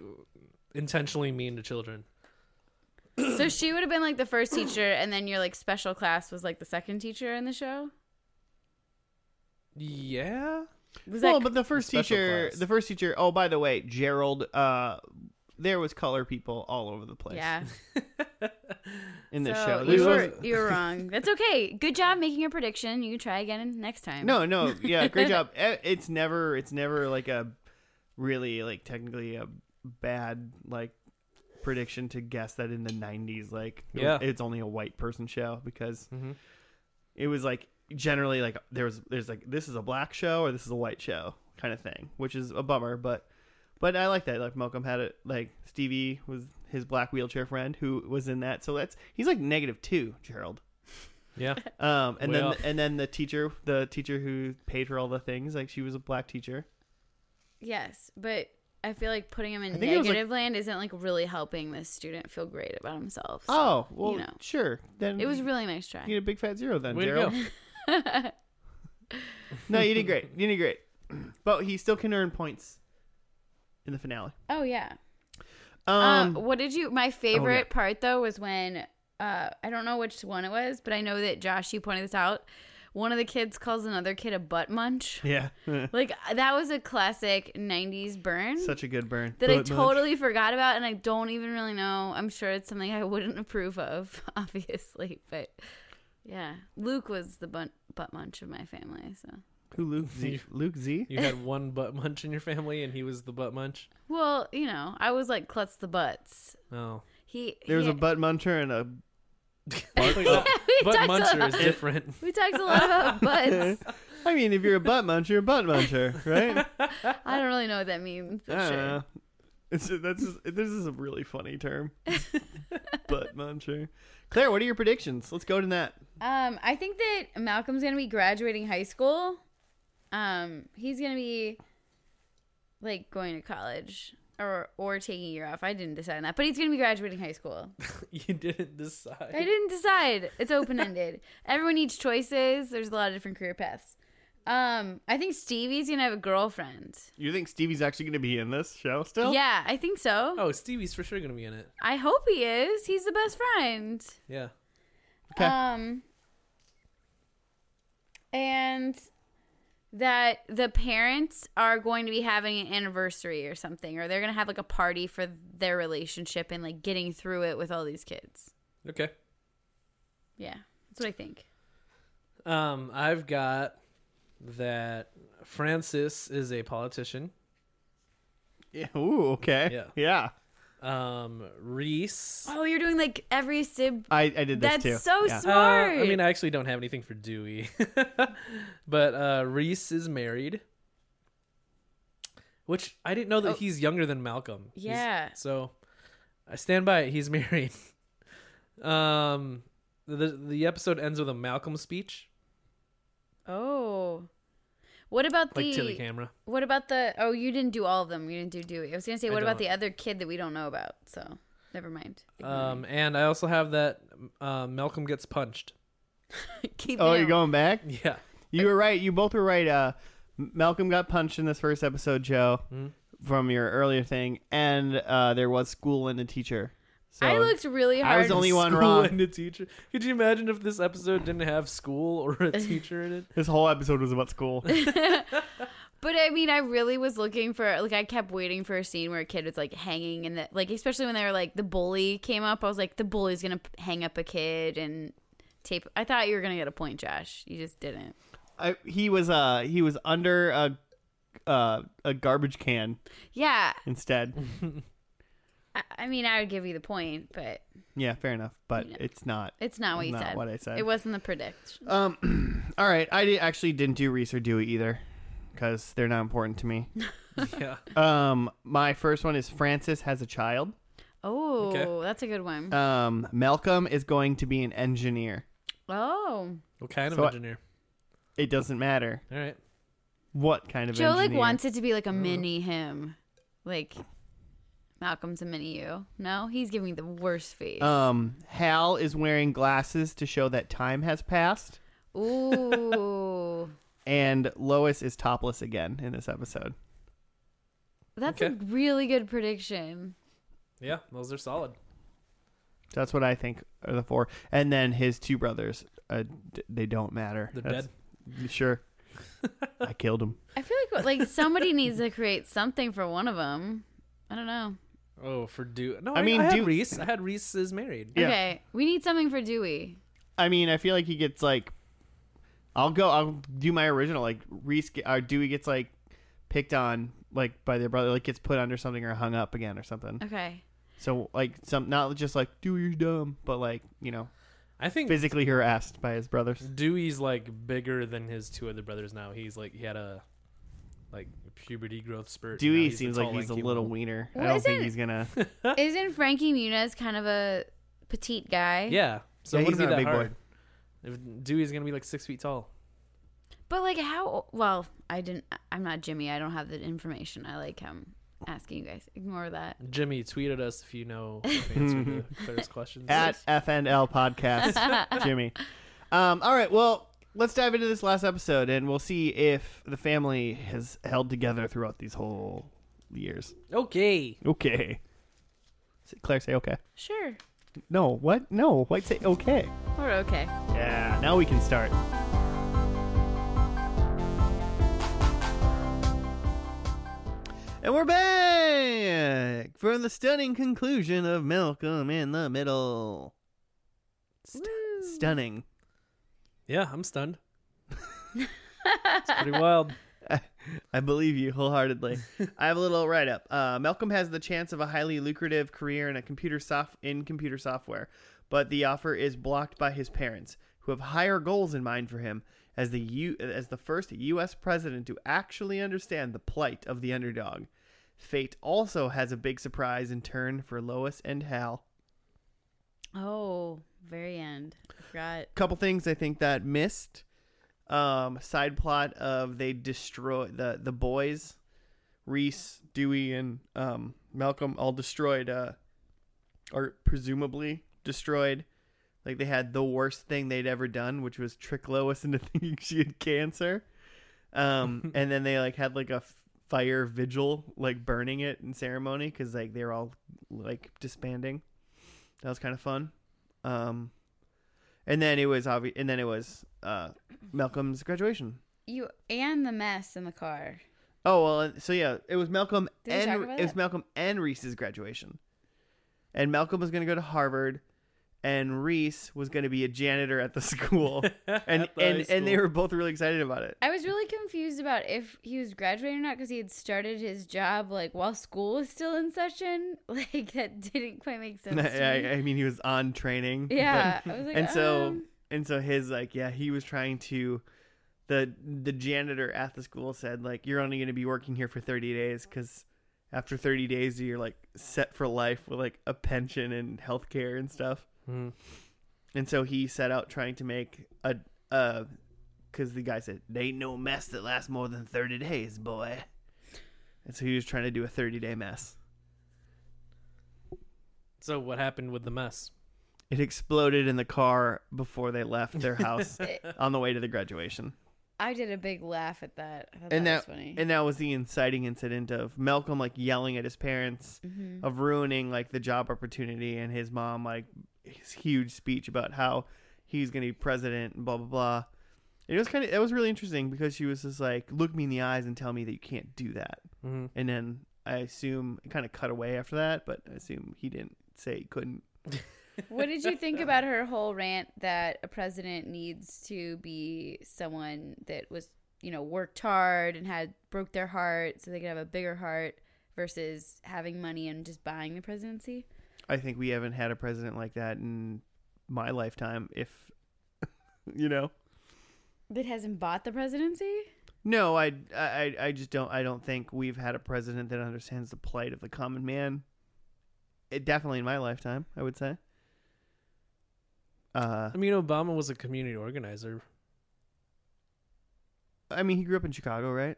Speaker 2: intentionally mean to children.
Speaker 3: so she would have been like the first teacher, and then your like special class was like the second teacher in the show.
Speaker 2: Yeah.
Speaker 3: Was
Speaker 1: Well,
Speaker 3: that
Speaker 1: but the first
Speaker 2: Special
Speaker 1: teacher,
Speaker 2: class.
Speaker 1: the first teacher. Oh, by the way, Gerald. Uh, there was color people all over the place.
Speaker 3: yeah?
Speaker 1: (laughs) in this
Speaker 3: so
Speaker 1: show. There's
Speaker 3: you
Speaker 1: no-
Speaker 3: were you were wrong. That's okay. Good job making your prediction. You can try again next time.
Speaker 1: no, no, yeah, great job. Eh, It's never, it's never like a really like technically a bad like prediction to guess that in the '90s, like it was-
Speaker 2: Yeah.
Speaker 1: it's only a white person show because
Speaker 2: Mhm.
Speaker 1: it was like generally like there was there's like this is a black show or this is a white show kind of thing, which is a bummer, but. But I like that. Like Malcolm had it. Like Stevie was his black wheelchair friend who was in that. So that's he's like negative two, Gerald.
Speaker 2: Yeah.
Speaker 1: Um, and
Speaker 2: Way
Speaker 1: then
Speaker 2: off.
Speaker 1: and then the teacher, the teacher who paid for all the things, like she was a black teacher.
Speaker 3: Yes, but I feel like putting him in
Speaker 1: I think it was, like-
Speaker 3: negative land isn't like really helping this student feel great about himself. So
Speaker 1: Oh, mm. well,
Speaker 3: you know.
Speaker 1: sure. Then
Speaker 3: It was a really nice try.
Speaker 1: you get a big fat zero then,
Speaker 2: Way to
Speaker 1: Gerald.
Speaker 2: go.
Speaker 1: No, you (laughs) did great. You did great. But he still can earn points in the finale.
Speaker 3: (laughs) Oh yeah.
Speaker 1: Um,
Speaker 3: uh, what did you?
Speaker 1: oh,
Speaker 3: My favorite part though was when uh, I don't know which one it was, but I know that Josh, you pointed this out. One of the kids calls another kid a butt munch.
Speaker 1: yeah,
Speaker 3: Like that was a classic '90s
Speaker 1: (laughs)
Speaker 3: burn
Speaker 1: such a good burn.
Speaker 3: that I
Speaker 1: But much.
Speaker 3: totally forgot about, and I don't even really know. I'm sure it's something I wouldn't (laughs) approve of, obviously, but yeah, Luke was the butt, butt munch of my family. So
Speaker 1: who Luke Z. Luke Z.
Speaker 2: You had one butt munch in your family and he was the butt munch.
Speaker 3: well, you know, I was like klutz the butts.
Speaker 2: Oh.
Speaker 3: He
Speaker 1: There was
Speaker 3: he-
Speaker 1: a
Speaker 3: (laughs)
Speaker 1: butt muncher and a
Speaker 2: (laughs) butt, butt
Speaker 3: talked
Speaker 2: muncher is
Speaker 3: about-
Speaker 2: different. (laughs)
Speaker 3: (laughs) We talked a lot
Speaker 1: (laughs)
Speaker 3: about butts.
Speaker 1: I mean, if you're a butt muncher, a butt muncher, (laughs) right?
Speaker 3: I don't really know what that means. But
Speaker 1: I don't
Speaker 3: sure.
Speaker 1: know. It's that's just, this is a really funny
Speaker 3: (laughs)
Speaker 1: term. butt muncher. Claire, what are your predictions? Let's go to that.
Speaker 3: Um, I think that Malcolm's gonna be graduating high school. Um, he's gonna be like going to college or or taking a year off. I didn't decide on that, but he's gonna be graduating high school.
Speaker 2: You didn't
Speaker 3: I
Speaker 2: decide.
Speaker 3: didn't decide. It's open ended. (laughs) Everyone needs choices. There's a lot of different career paths. Um, I think Stevie's gonna have a girlfriend.
Speaker 1: You think Stevie's actually going to be in this show still?
Speaker 3: Yeah, I think so.
Speaker 2: Oh, Stevie's for sure gonna be in it.
Speaker 3: I hope he is. He's the best friend.
Speaker 2: Yeah.
Speaker 1: Okay.
Speaker 3: Um, and that the parents are going to be having an anniversary or something, or they're going to have like a party for their relationship and like getting through it with all these kids.
Speaker 2: Okay.
Speaker 3: Yeah, that's what I think.
Speaker 2: Um, I've got that Francis is a politician.
Speaker 1: Yeah. Ooh. Okay.
Speaker 2: Yeah.
Speaker 1: Yeah.
Speaker 2: Um, Reese.
Speaker 3: Oh, you're doing like every sib.
Speaker 1: I, I did this
Speaker 3: That's
Speaker 1: too.
Speaker 3: so
Speaker 1: yeah.
Speaker 2: Uh,
Speaker 3: smart.
Speaker 2: I mean, I actually don't have anything for Dewey, (laughs) but uh, Reese is married, which I didn't know that
Speaker 3: Oh.
Speaker 2: he's younger than Malcolm. He's-
Speaker 3: Yeah.
Speaker 2: so I stand by it. He's (laughs) married. um, the the episode ends with a Malcolm speech,
Speaker 3: oh. What about
Speaker 2: like
Speaker 3: the
Speaker 2: to the camera.
Speaker 3: What about the? Oh, you didn't do all of them. You didn't do Dewey. I was gonna say,
Speaker 2: I
Speaker 3: what about
Speaker 2: don't.
Speaker 3: the other kid that we don't know about? So never mind. Ignore
Speaker 2: Um, and I also have that uh, Malcolm gets punched. (laughs)
Speaker 3: it. (laughs) Keep
Speaker 1: Oh,
Speaker 3: it
Speaker 1: you're
Speaker 3: out.
Speaker 1: going back?
Speaker 2: Yeah.
Speaker 1: You were right. You both were right. Uh, M- Malcolm got punched in this first episode, Joe, from your earlier thing, and uh, there was school and a teacher. So
Speaker 3: I looked really hard.
Speaker 1: I was the only one
Speaker 2: school
Speaker 1: wrong.
Speaker 2: and a teacher. Could you imagine if this episode didn't have school or
Speaker 3: (laughs)
Speaker 2: a teacher in it?
Speaker 1: This whole episode was about school.
Speaker 3: But I mean, I really was looking for like I kept waiting for a scene where a kid was like hanging in the like, especially when they were like the bully came up. I was like, the bully's gonna p- hang up a kid and tape. I thought you were gonna get a point, Josh. You just didn't.
Speaker 1: I, he was uh he was under a uh, a garbage can
Speaker 3: Yeah,
Speaker 1: instead.
Speaker 3: I, I mean, I would give you the point, but
Speaker 1: yeah, fair enough, but
Speaker 3: Yeah.
Speaker 1: it's not.
Speaker 3: it's not what you
Speaker 1: Not
Speaker 3: said.
Speaker 1: what I said.
Speaker 3: It wasn't the prediction.
Speaker 1: Um, (clears throat) all right. I di- actually didn't do Reese or Dewey either because they're not important to
Speaker 3: (laughs)
Speaker 1: me.
Speaker 2: yeah.
Speaker 1: um, my first one is Francis has a child.
Speaker 3: Oh,
Speaker 2: Okay.
Speaker 3: that's a good one.
Speaker 1: Um, Malcolm is going to be an engineer.
Speaker 3: oh.
Speaker 2: What kind
Speaker 1: So I-
Speaker 2: of engineer?
Speaker 1: It doesn't matter
Speaker 2: All right.
Speaker 1: what kind of
Speaker 3: Joe like
Speaker 1: engineer.
Speaker 3: wants it to be like
Speaker 1: Uh.
Speaker 3: a mini him, like Malcolm's a mini you. No, he's giving me the worst face.
Speaker 1: Um, Hal is wearing glasses to show that time has passed,
Speaker 3: Ooh,
Speaker 1: and Lois is topless again in this episode.
Speaker 3: that's a
Speaker 2: Okay.
Speaker 3: really good prediction.
Speaker 2: Yeah, those are solid.
Speaker 1: That's what I think are the four. And then his two brothers, uh, d- they don't matter.
Speaker 2: They're
Speaker 1: That's-
Speaker 2: (laughs)
Speaker 1: Sure. I killed him.
Speaker 3: I feel like like somebody needs to create something for one of them. I don't know.
Speaker 2: Oh, for Dew. No,
Speaker 1: I
Speaker 2: I,
Speaker 1: mean,
Speaker 2: mean, I had
Speaker 1: Dew-
Speaker 2: Reese. I had Reese is married.
Speaker 1: Yeah.
Speaker 3: Okay, we need something for Dewey.
Speaker 1: I mean, I feel like he gets like, I'll go. I'll do my original. Like Reese ge- or Dewey gets like picked on like by their brother, like gets put under something or hung up again or something.
Speaker 3: Okay,
Speaker 1: So like some not just like Dewey, you're dumb, but like you know
Speaker 2: I think
Speaker 1: physically harassed by his brothers.
Speaker 2: Dewey's like bigger than his two other brothers now. He's like he had a like puberty growth spurt. and now
Speaker 1: Dewey
Speaker 2: he's a
Speaker 1: seems like
Speaker 2: tall,
Speaker 1: he's a
Speaker 2: lanky
Speaker 1: little
Speaker 2: one.
Speaker 1: wiener. I
Speaker 3: Well,
Speaker 1: don't think
Speaker 3: isn't-
Speaker 1: he's gonna.
Speaker 3: isn't Frankie Muniz kind of a petite guy?
Speaker 2: Yeah, so
Speaker 1: Yeah,
Speaker 2: it
Speaker 1: he's
Speaker 2: wouldn't be
Speaker 1: not a
Speaker 2: that
Speaker 1: big boy.
Speaker 2: hard. If Dewey's gonna be like six feet tall.
Speaker 3: But like how well, I didn't I'm not Jimmy. I don't have the information. I like um asking you guys. Ignore that.
Speaker 2: Jimmy tweeted us if
Speaker 1: (laughs)
Speaker 2: you know if answer to Claire's questions.
Speaker 1: at FNL Podcast, Jimmy. Um, all right, well, let's dive into this last episode, and we'll see if the family has held together throughout these whole years.
Speaker 2: okay.
Speaker 1: Okay. Claire, say okay.
Speaker 3: Sure.
Speaker 1: No, what? No, White say okay.
Speaker 3: Or okay.
Speaker 1: Yeah, now we can start. And we're back from the stunning conclusion of Malcolm in the Middle. St- stunning.
Speaker 2: Yeah, I'm (laughs) stunned. it's pretty wild.
Speaker 1: I believe you wholeheartedly. I have a little write up. Uh, Malcolm has the chance of a highly lucrative career in a computer soft in computer software, but the offer is blocked by his parents, who have higher goals in mind for him as the U- as the first U.S. president to actually understand the plight of the underdog. Fate also has a big surprise in turn for Lois and Hal.
Speaker 3: Oh, very end. I forgot.
Speaker 1: couple things I think that missed. Um, side plot of they destroy the the boys, Reese, Dewey, and um, Malcolm all destroyed, uh, or presumably destroyed. Like they had the worst thing they'd ever done, which was trick Lois into (laughs) thinking she had cancer. Um, and then they like had like a f- fire vigil, like burning it in ceremony because like they were all like disbanding. That was kind of fun. Um, and then it was obvious. And then it was uh, Malcolm's graduation.
Speaker 3: You and the mess in the car.
Speaker 1: Oh well, and- so yeah, it was Malcolm
Speaker 3: Did we
Speaker 1: and
Speaker 3: talk about
Speaker 1: it was
Speaker 3: that?
Speaker 1: Malcolm and Reese's graduation, and Malcolm was going to go to Harvard, and Reese was going to be a janitor at the (laughs) school, (laughs) and
Speaker 2: (laughs) At the
Speaker 1: and,
Speaker 2: high
Speaker 1: and they
Speaker 2: school.
Speaker 1: were both really excited about it.
Speaker 3: I was really confused about if he was graduating or not because he had started his job like while school was still in session. (laughs) Like that didn't quite make sense. to me.
Speaker 1: (laughs) I, I mean, he was on training. but- (laughs)
Speaker 3: Yeah, I was like,
Speaker 1: and so
Speaker 3: um,
Speaker 1: and so his like yeah he was trying to the the janitor at the school said like you're only going to be working here for 30 days because after 30 days you're like set for life with like a pension and health care and stuff
Speaker 2: Mhm.
Speaker 1: and so he set out trying to make a uh because the guy said there ain't no mess that lasts more than 30 days boy and so he was trying to do a 30 day mess
Speaker 2: So what happened with the mess?
Speaker 1: it exploded in the car before they left their house on the way to the graduation
Speaker 3: I did a big laugh at that. I thought
Speaker 1: and
Speaker 3: that,
Speaker 1: that,
Speaker 3: was funny.
Speaker 1: and that was the inciting incident of Malcolm like yelling at his parents
Speaker 3: Mm-hmm.
Speaker 1: of ruining like the job opportunity and his mom like his huge speech about how he's gonna be president and blah blah blah. It was kind of it was really interesting because she was just like look me in the eyes and tell me that you can't do that.
Speaker 2: Mm-hmm.
Speaker 1: And then I assume it kind of cut away after that, but I assume he didn't say he couldn't.
Speaker 3: what did you think about her whole rant that a president needs to be someone that was, you know, worked hard and had broke their heart so they could have a bigger heart versus having money and just buying the presidency?
Speaker 1: I think we haven't had a president like that in my lifetime. If (laughs) you know.
Speaker 3: That hasn't bought the presidency?
Speaker 1: No, I, I, I just don't. I don't think we've had a president that understands the plight of the common man. It, definitely in my lifetime, I would say. Uh,
Speaker 2: I mean, Obama was a community organizer.
Speaker 1: I mean, he grew up in Chicago, right?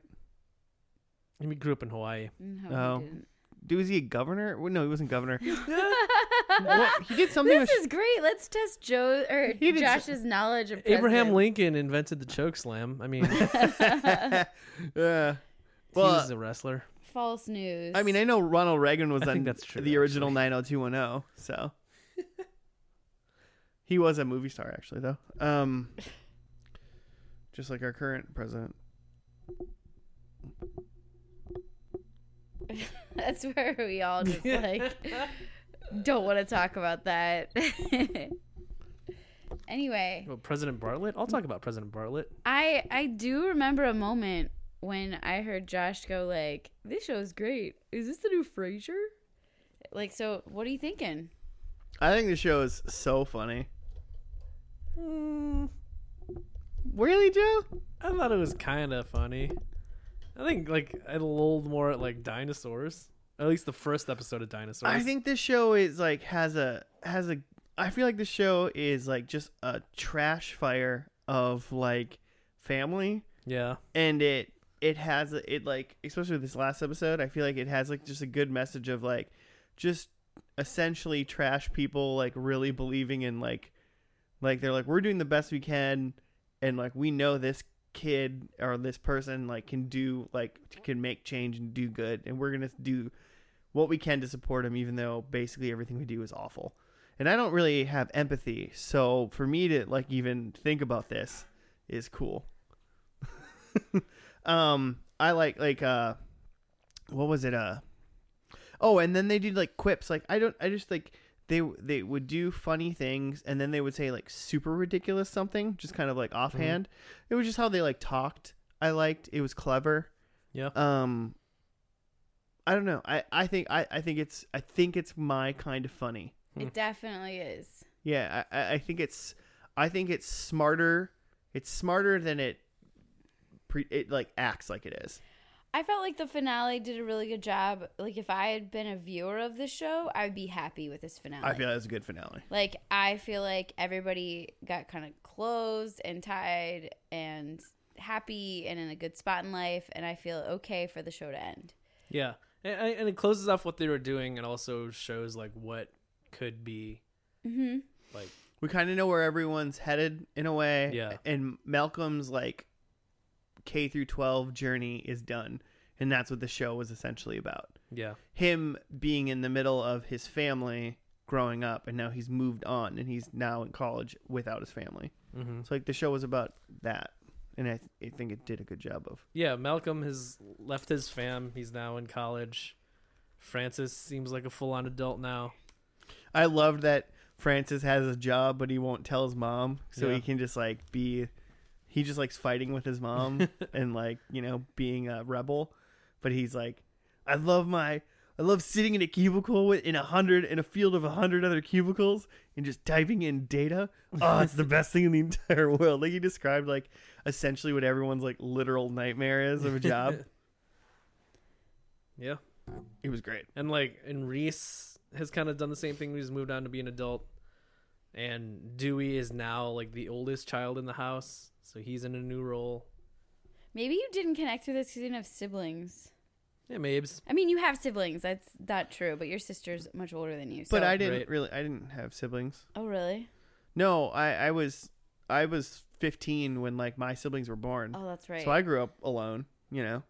Speaker 2: I mean, he grew up in Hawaii.
Speaker 3: No.
Speaker 1: No.
Speaker 3: he didn't.
Speaker 1: Do was he a governor? Well, no, he wasn't
Speaker 2: (laughs)
Speaker 1: governor. What? He did something.
Speaker 3: This
Speaker 1: With,
Speaker 3: is great. Let's test Joe or
Speaker 1: (laughs) He did s-
Speaker 3: Josh's knowledge of
Speaker 2: Abraham
Speaker 3: presidents.
Speaker 2: Lincoln invented the choke slam. I (laughs) mean,
Speaker 1: uh,
Speaker 2: he
Speaker 1: well,
Speaker 2: was a wrestler.
Speaker 3: False news.
Speaker 1: I mean, I know Ronald Reagan was
Speaker 2: I
Speaker 1: on
Speaker 2: think that's true,
Speaker 1: the original
Speaker 2: actually.
Speaker 1: 90210, so he was a movie star actually though. Um just like our current president.
Speaker 3: (laughs) That's where we all just like don't want to talk about that. (laughs) anyway,
Speaker 2: Well, President Bartlett. I'll talk about President Bartlett.
Speaker 3: I I do remember a moment when I heard Josh go like, "This show's great. Is this the new Frasier?" Like, so what are you thinking?
Speaker 1: I think the show is so funny.
Speaker 2: Mm,
Speaker 1: Really, Joe?
Speaker 2: I thought it was kind of funny. I think like I lulled more at like dinosaurs. At least the first episode of dinosaurs.
Speaker 1: I think this show is like has a has a I feel like the show is like just a trash fire of like family
Speaker 2: Yeah.
Speaker 1: and it it has it like especially with this last episode i feel like it has like just a good message of like just essentially trash people like really believing in like like they're like we're doing the best we can and like we know this kid or this person like can do like can make change and do good and we're gonna do what we can to support him even though basically everything we do is awful and i don't really have empathy so for me to like even think about this is cool um i like like uh what was it uh oh and then they did like quips like i don't i just like they they would do funny things and then they would say like super ridiculous something just kind of like offhand it was just how they like talked i liked it was clever
Speaker 2: Yeah.
Speaker 1: um i don't know i i think i i think it's i think it's my kind of funny
Speaker 2: Hmm.
Speaker 3: It definitely is.
Speaker 1: yeah, I- I, I think it's I think it's smarter. It's smarter than it pre, it like acts like it is.
Speaker 3: I felt like the finale did a really good job. Like, if I had been a viewer of the show, I would be happy with this finale.
Speaker 1: I feel that was a good finale.
Speaker 3: Like I feel like everybody got kind of closed and tied and happy and in a good spot in life, and I feel okay for the show to end.
Speaker 2: Yeah. And, and- and it closes off what they were doing and also shows like what could be
Speaker 3: Mm-hmm.
Speaker 2: like
Speaker 1: We kind of know where everyone's headed in a way.
Speaker 2: Yeah.
Speaker 1: And Malcolm's like K through 12 journey is done, and that's what the show was essentially about.
Speaker 2: yeah.
Speaker 1: Him being in the middle of his family growing up, and now he's moved on and he's now in college without his family.
Speaker 2: Mm-hmm.
Speaker 1: So like the show was about that, and I, th- I think it did a good job of.
Speaker 2: Yeah, Malcolm has left his fam. He's now in college. Francis seems like a full-on adult now.
Speaker 1: I love that Francis has a job, but he won't tell his mom, so
Speaker 2: Yeah.
Speaker 1: he can just like be. He just likes fighting with his mom and like you know being a rebel, but he's like, I love my. I love sitting in a cubicle with, in a hundred in a field of a hundred other cubicles and just typing in data. Oh, it's the best thing in the entire world. Like he described, like essentially what everyone's like literal nightmare is of a job.
Speaker 2: Yeah,
Speaker 1: it was great.
Speaker 2: and like, and Reese has kind of done the same thing. He's moved on to be an adult, and Dewey is now like the oldest child in the house, so he's in a new role.
Speaker 3: Maybe you didn't connect with this because you didn't have siblings.
Speaker 2: Yeah, Mabes.
Speaker 3: I mean, you have siblings. That's not true, but your sister's much older than you. So.
Speaker 1: but I didn't
Speaker 2: Right.
Speaker 1: really. I didn't have siblings.
Speaker 3: Oh, really?
Speaker 1: No, I, I was I was 15 when like my siblings were born.
Speaker 3: Oh, that's right.
Speaker 1: So I grew up alone, you know.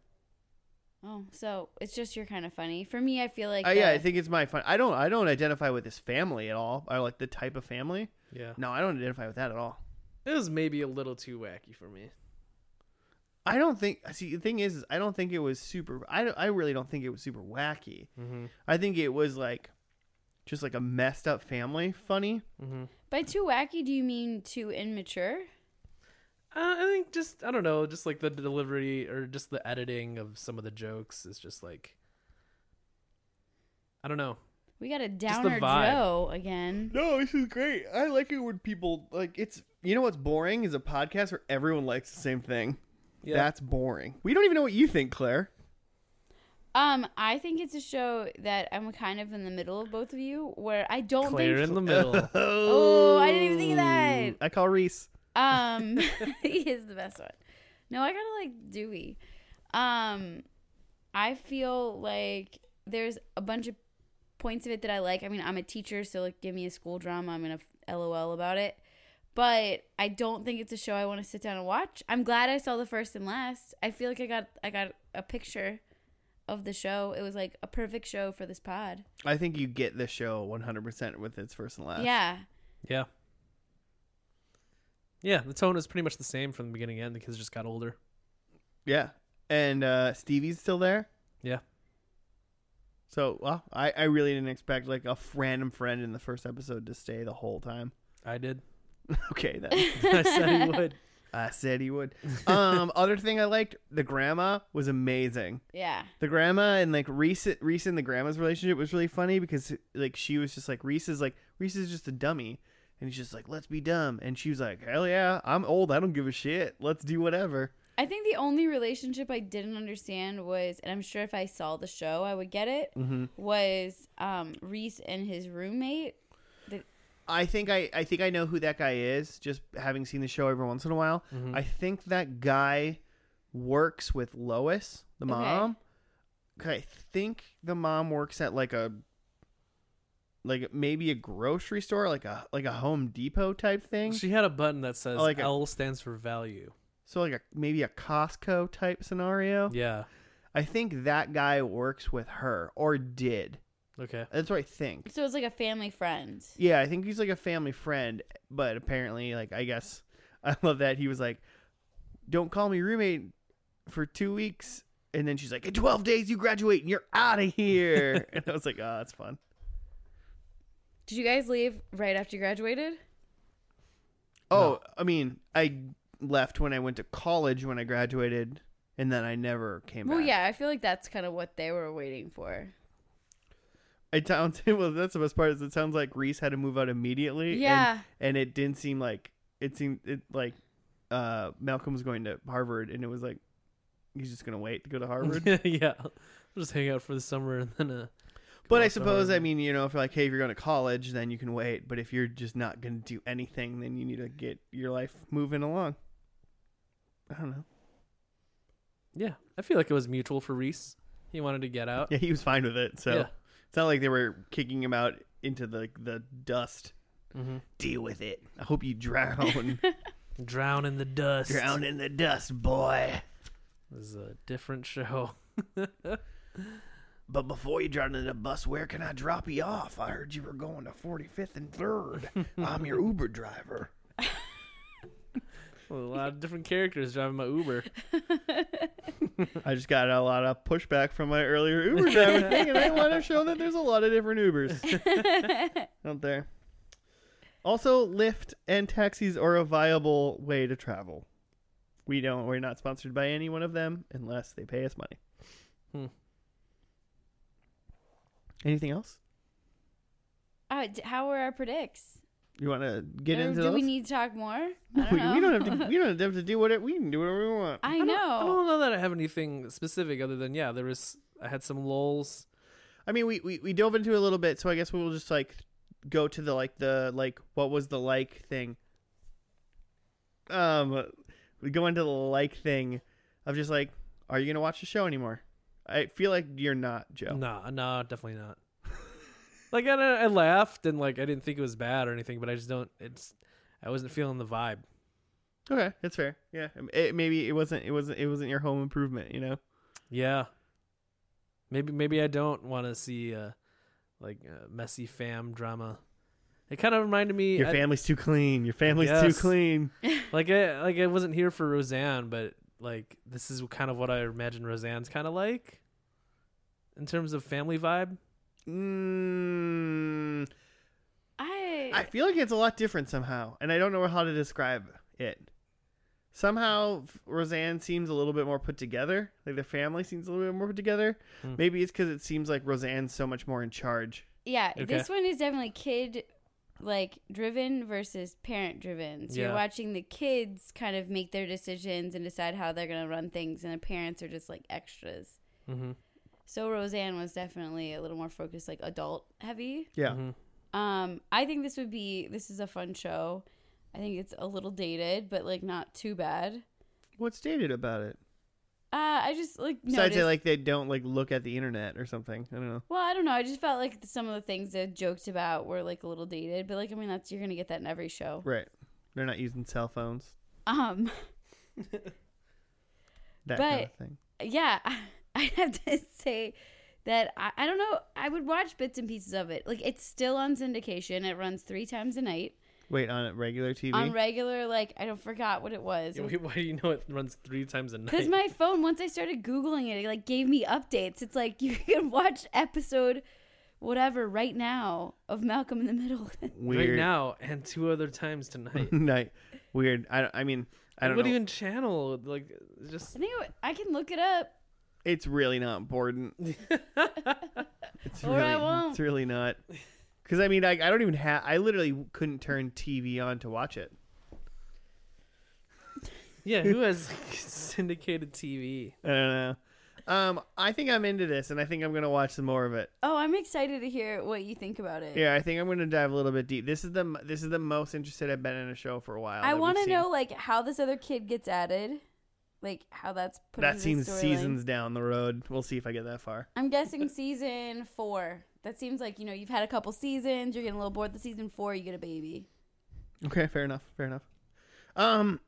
Speaker 3: oh, so it's just you're kind of funny. For me, I feel like.
Speaker 1: I, yeah,
Speaker 3: the-
Speaker 1: I think it's my fun. I don't I don't identify with this family at all. I like the type of family.
Speaker 2: Yeah,
Speaker 1: No, I don't identify with that at all.
Speaker 2: it was maybe a little too wacky for me.
Speaker 1: I don't think see the thing is, is I don't think it was super I don't- I really don't think it was super wacky.
Speaker 2: Mm-hmm.
Speaker 1: I think it was like just like a messed up family funny.
Speaker 2: Mm-hmm.
Speaker 3: By too wacky, do you mean too immature?
Speaker 2: Uh, I think just I don't know, just like the delivery or just the editing of some of the jokes is just like I don't know.
Speaker 3: We got
Speaker 2: the
Speaker 3: a downer
Speaker 2: vibe.
Speaker 3: Joe again.
Speaker 1: No, this is great. I like it when people like it's you know what's boring is a podcast where everyone likes the same thing.
Speaker 2: Yeah.
Speaker 1: That's boring. We don't even know what you think, Claire.
Speaker 3: Um, I think it's a show that I'm kind of in the middle of both of you, where I don't
Speaker 2: Claire
Speaker 3: think
Speaker 2: in
Speaker 1: (laughs)
Speaker 2: the middle. (laughs)
Speaker 1: Oh,
Speaker 3: I didn't even think of that.
Speaker 1: I call Reese.
Speaker 2: (laughs)
Speaker 3: Um, (laughs) he is the best one. No, I gotta like Dewey. Um, I feel like there's a bunch of points of it that I like. I mean, I'm a teacher, so like, give me a school drama. I'm gonna f- LOL about it. But I don't think it's a show I want to sit down and watch. I'm glad I saw the first and last. I feel like I got I got a picture of the show. It was like a perfect show for this pod.
Speaker 1: I think you get the show 100% with its first and last.
Speaker 3: yeah,
Speaker 2: yeah. Yeah, the tone is pretty much the same from the beginning and the kids just got older.
Speaker 1: Yeah. And uh, Stevie's still there.
Speaker 2: Yeah.
Speaker 1: So, well, I, I really didn't expect like a f- random friend in the first episode to stay the whole time. (laughs)
Speaker 2: I did.
Speaker 1: okay,
Speaker 3: (laughs)
Speaker 1: then.
Speaker 2: (laughs) (laughs) I said he
Speaker 1: (laughs)
Speaker 2: would.
Speaker 1: I said he would. Um, other thing I liked, the grandma was amazing.
Speaker 3: yeah.
Speaker 1: the grandma and like Reese, Reese and the grandma's relationship was really funny because like she was just like Reese is like Reese is just a dummy and he's just like let's be dumb and she was like hell yeah I'm old I don't give a shit let's do whatever
Speaker 3: I think the only relationship I didn't understand was, and I'm sure if I saw the show, I would get it.
Speaker 1: Mm-hmm.
Speaker 3: Was um, Reese and his roommate?
Speaker 1: I think I I think I know who that guy is just having seen the show every once in a while
Speaker 2: Mm-hmm.
Speaker 1: I think that guy works with Lois the
Speaker 3: Okay.
Speaker 1: mom 'Cause I think the mom works at like a like maybe a grocery store like a like a Home Depot type thing
Speaker 2: She had a button that says
Speaker 1: I like it.
Speaker 2: L stands for value.
Speaker 1: So like a maybe a Costco type scenario.
Speaker 2: Yeah.
Speaker 1: I think that guy works with her or did.
Speaker 2: Okay.
Speaker 1: That's what I think.
Speaker 3: So it's like a family friend.
Speaker 1: Yeah, I think he's like a family friend, but apparently like I guess (laughs) I love that he was like don't call me roommate for 2 weeks and then she's like in 12 days you graduate and you're out of here. and I was like, "Oh, that's fun."
Speaker 3: Did you guys leave right after you graduated?
Speaker 1: Oh, I mean, I left when I went to college when I graduated and then I never came
Speaker 3: Well,
Speaker 1: back.
Speaker 3: yeah. I feel like that's kind of what they were waiting for.
Speaker 1: It sounds (laughs) well. That's the best part is it sounds like Reese had to move out immediately. and-
Speaker 3: Yeah. (laughs)
Speaker 1: and, it didn't seem like it seemed it like uh, Malcolm was going to Harvard, and it was like he's just gonna wait to
Speaker 2: (laughs)
Speaker 1: go to Harvard.
Speaker 2: yeah. I'll just hang out for the summer and then uh
Speaker 1: but I
Speaker 2: off to
Speaker 1: suppose I
Speaker 2: Harvard.
Speaker 1: mean you know if you're like hey if you're going to college then you can wait, but if you're just not gonna do anything then you need to get your life moving along. I don't know.
Speaker 2: Yeah. I feel like it was mutual for Reese. He wanted to get out.
Speaker 1: Yeah, he was fine with it, so
Speaker 2: Yeah.
Speaker 1: it's not like they were kicking him out into the the dust.
Speaker 2: Mm-hmm.
Speaker 1: Deal with it. I hope you drown,
Speaker 2: Drown in the dust.
Speaker 1: drown in the dust, boy.
Speaker 2: This is a different show.
Speaker 1: But before you drive in the bus, where can I drop you off? I heard you were going to 45th and 3rd. I'm your Uber driver.
Speaker 2: (laughs) A lot of different characters driving my Uber.
Speaker 1: I just got a lot of pushback from my earlier Uber driver thing, and I want to show that there's a lot of different Ubers out there. Also, Lyft and taxis are a viable way to travel. We don't. We're not sponsored by any one of them unless they pay us money. Anything else
Speaker 3: Uh, d- how were our predicts?
Speaker 1: you want to get
Speaker 3: Or
Speaker 1: into?
Speaker 3: Oh, do
Speaker 1: those? (laughs)
Speaker 3: we need to talk more?
Speaker 1: No,
Speaker 3: I
Speaker 1: we,
Speaker 3: don't know.
Speaker 1: we don't have to. We don't have to do what it, we can do whatever we want.
Speaker 3: (laughs) I
Speaker 2: I don't, I
Speaker 3: know.
Speaker 2: don't know that I have anything specific other than yeah, there was I had some lulls.
Speaker 1: I mean, we, we, we dove into it a little bit, so I guess we will just like go to the like the like what was the like thing. Um, we go into the like thing of just like, are you gonna watch the show anymore? I feel like you're not, Joe.
Speaker 2: Nah, nah, definitely not. (laughs) like I, I laughed and like I didn't think it was bad or anything, but I just don't. It's I wasn't feeling the vibe.
Speaker 1: Okay, that's fair. Yeah, it, maybe it wasn't it wasn't it wasn't your home improvement, you know.
Speaker 2: Yeah. Maybe maybe I don't want to see uh like uh, messy fam drama. It kind of reminded me
Speaker 1: Your
Speaker 2: I-
Speaker 1: family's too clean. Your family's too
Speaker 2: guess.
Speaker 1: clean.
Speaker 2: like I like I wasn't here for Roseanne, but like this is kind of what I imagine Roseanne's kind of like in terms of family vibe.
Speaker 1: Mm,
Speaker 3: I,
Speaker 1: I feel like it's a lot different somehow, and I don't know how to describe it. Somehow, Roseanne seems a little bit more put together. Like the family seems a little bit more put together.
Speaker 2: Hmm.
Speaker 1: Maybe it's because it seems like Roseanne's so much more in charge.
Speaker 3: yeah,
Speaker 2: Okay.
Speaker 3: this one is definitely kid like driven versus parent driven. So
Speaker 2: Yeah.
Speaker 3: you're watching the kids kind of make their decisions and decide how they're going to run things and the parents are just like extras.
Speaker 2: Mm-hmm.
Speaker 3: So Roseanne was definitely a little more focused like adult heavy.
Speaker 1: Yeah,
Speaker 2: Mm-hmm.
Speaker 3: Um I think this would be this is a fun show. I think it's a little dated but like not too bad.
Speaker 1: what's dated about it?
Speaker 3: Uh I just like
Speaker 1: Besides, they
Speaker 3: noticed-
Speaker 1: like they don't like look at the internet or something. I don't know.
Speaker 3: Well, I don't know. I just felt like some of the things that joked about were like a little dated, but like I mean, that's you're gonna get that in every show.
Speaker 1: Right? They're not using cell phones.
Speaker 3: Um,
Speaker 1: That
Speaker 3: But-
Speaker 1: kind of thing.
Speaker 3: yeah, (laughs) I have to (laughs) say that I, I don't know. I would watch bits and pieces of it. Like it's still on syndication. It runs three times a night
Speaker 1: Wait on it regular TV.
Speaker 3: on regular. Like I don't forgot what it was.
Speaker 1: (laughs)
Speaker 2: why do you know it runs three times a
Speaker 3: Because
Speaker 2: night?
Speaker 3: my phone, once I started googling it, it like gave me updates. It's like (laughs) you can watch episode whatever right now of Malcolm in the Middle. (laughs)
Speaker 1: Weird
Speaker 2: Right now and two other times
Speaker 1: (laughs)
Speaker 2: tonight.
Speaker 1: night. Weird. I, don't- I mean, (laughs) I don't
Speaker 2: what
Speaker 1: know.
Speaker 2: even channel? Like just
Speaker 3: I think it, wa- I can look it up.
Speaker 1: It's really not
Speaker 3: (laughs)
Speaker 1: important. It's
Speaker 3: Or I
Speaker 1: really,
Speaker 3: won't.
Speaker 1: It's really not. Because I mean, I, I don't even have. I literally couldn't turn TV on to watch it.
Speaker 2: yeah, who has (laughs) syndicated TV?
Speaker 1: I don't know. Um, I think I'm into this, and I think I'm gonna watch some more of it.
Speaker 3: Oh, I'm excited to hear what you think about it.
Speaker 1: Yeah, I think I'm gonna dive a little bit deep. This is the m- this is the most interested I've been in a show for a while.
Speaker 3: I
Speaker 1: that we've
Speaker 3: want to
Speaker 1: seen.
Speaker 3: know like how this other kid gets added, like how that's put.
Speaker 1: That
Speaker 3: into the
Speaker 1: seems
Speaker 3: storyline.
Speaker 1: seasons down the road. We'll see if I get that far.
Speaker 3: I'm guessing season four. That seems like you know you've had a couple seasons. You're getting a little bored. The season four, you get a baby.
Speaker 1: Okay, fair enough. Fair enough. Um,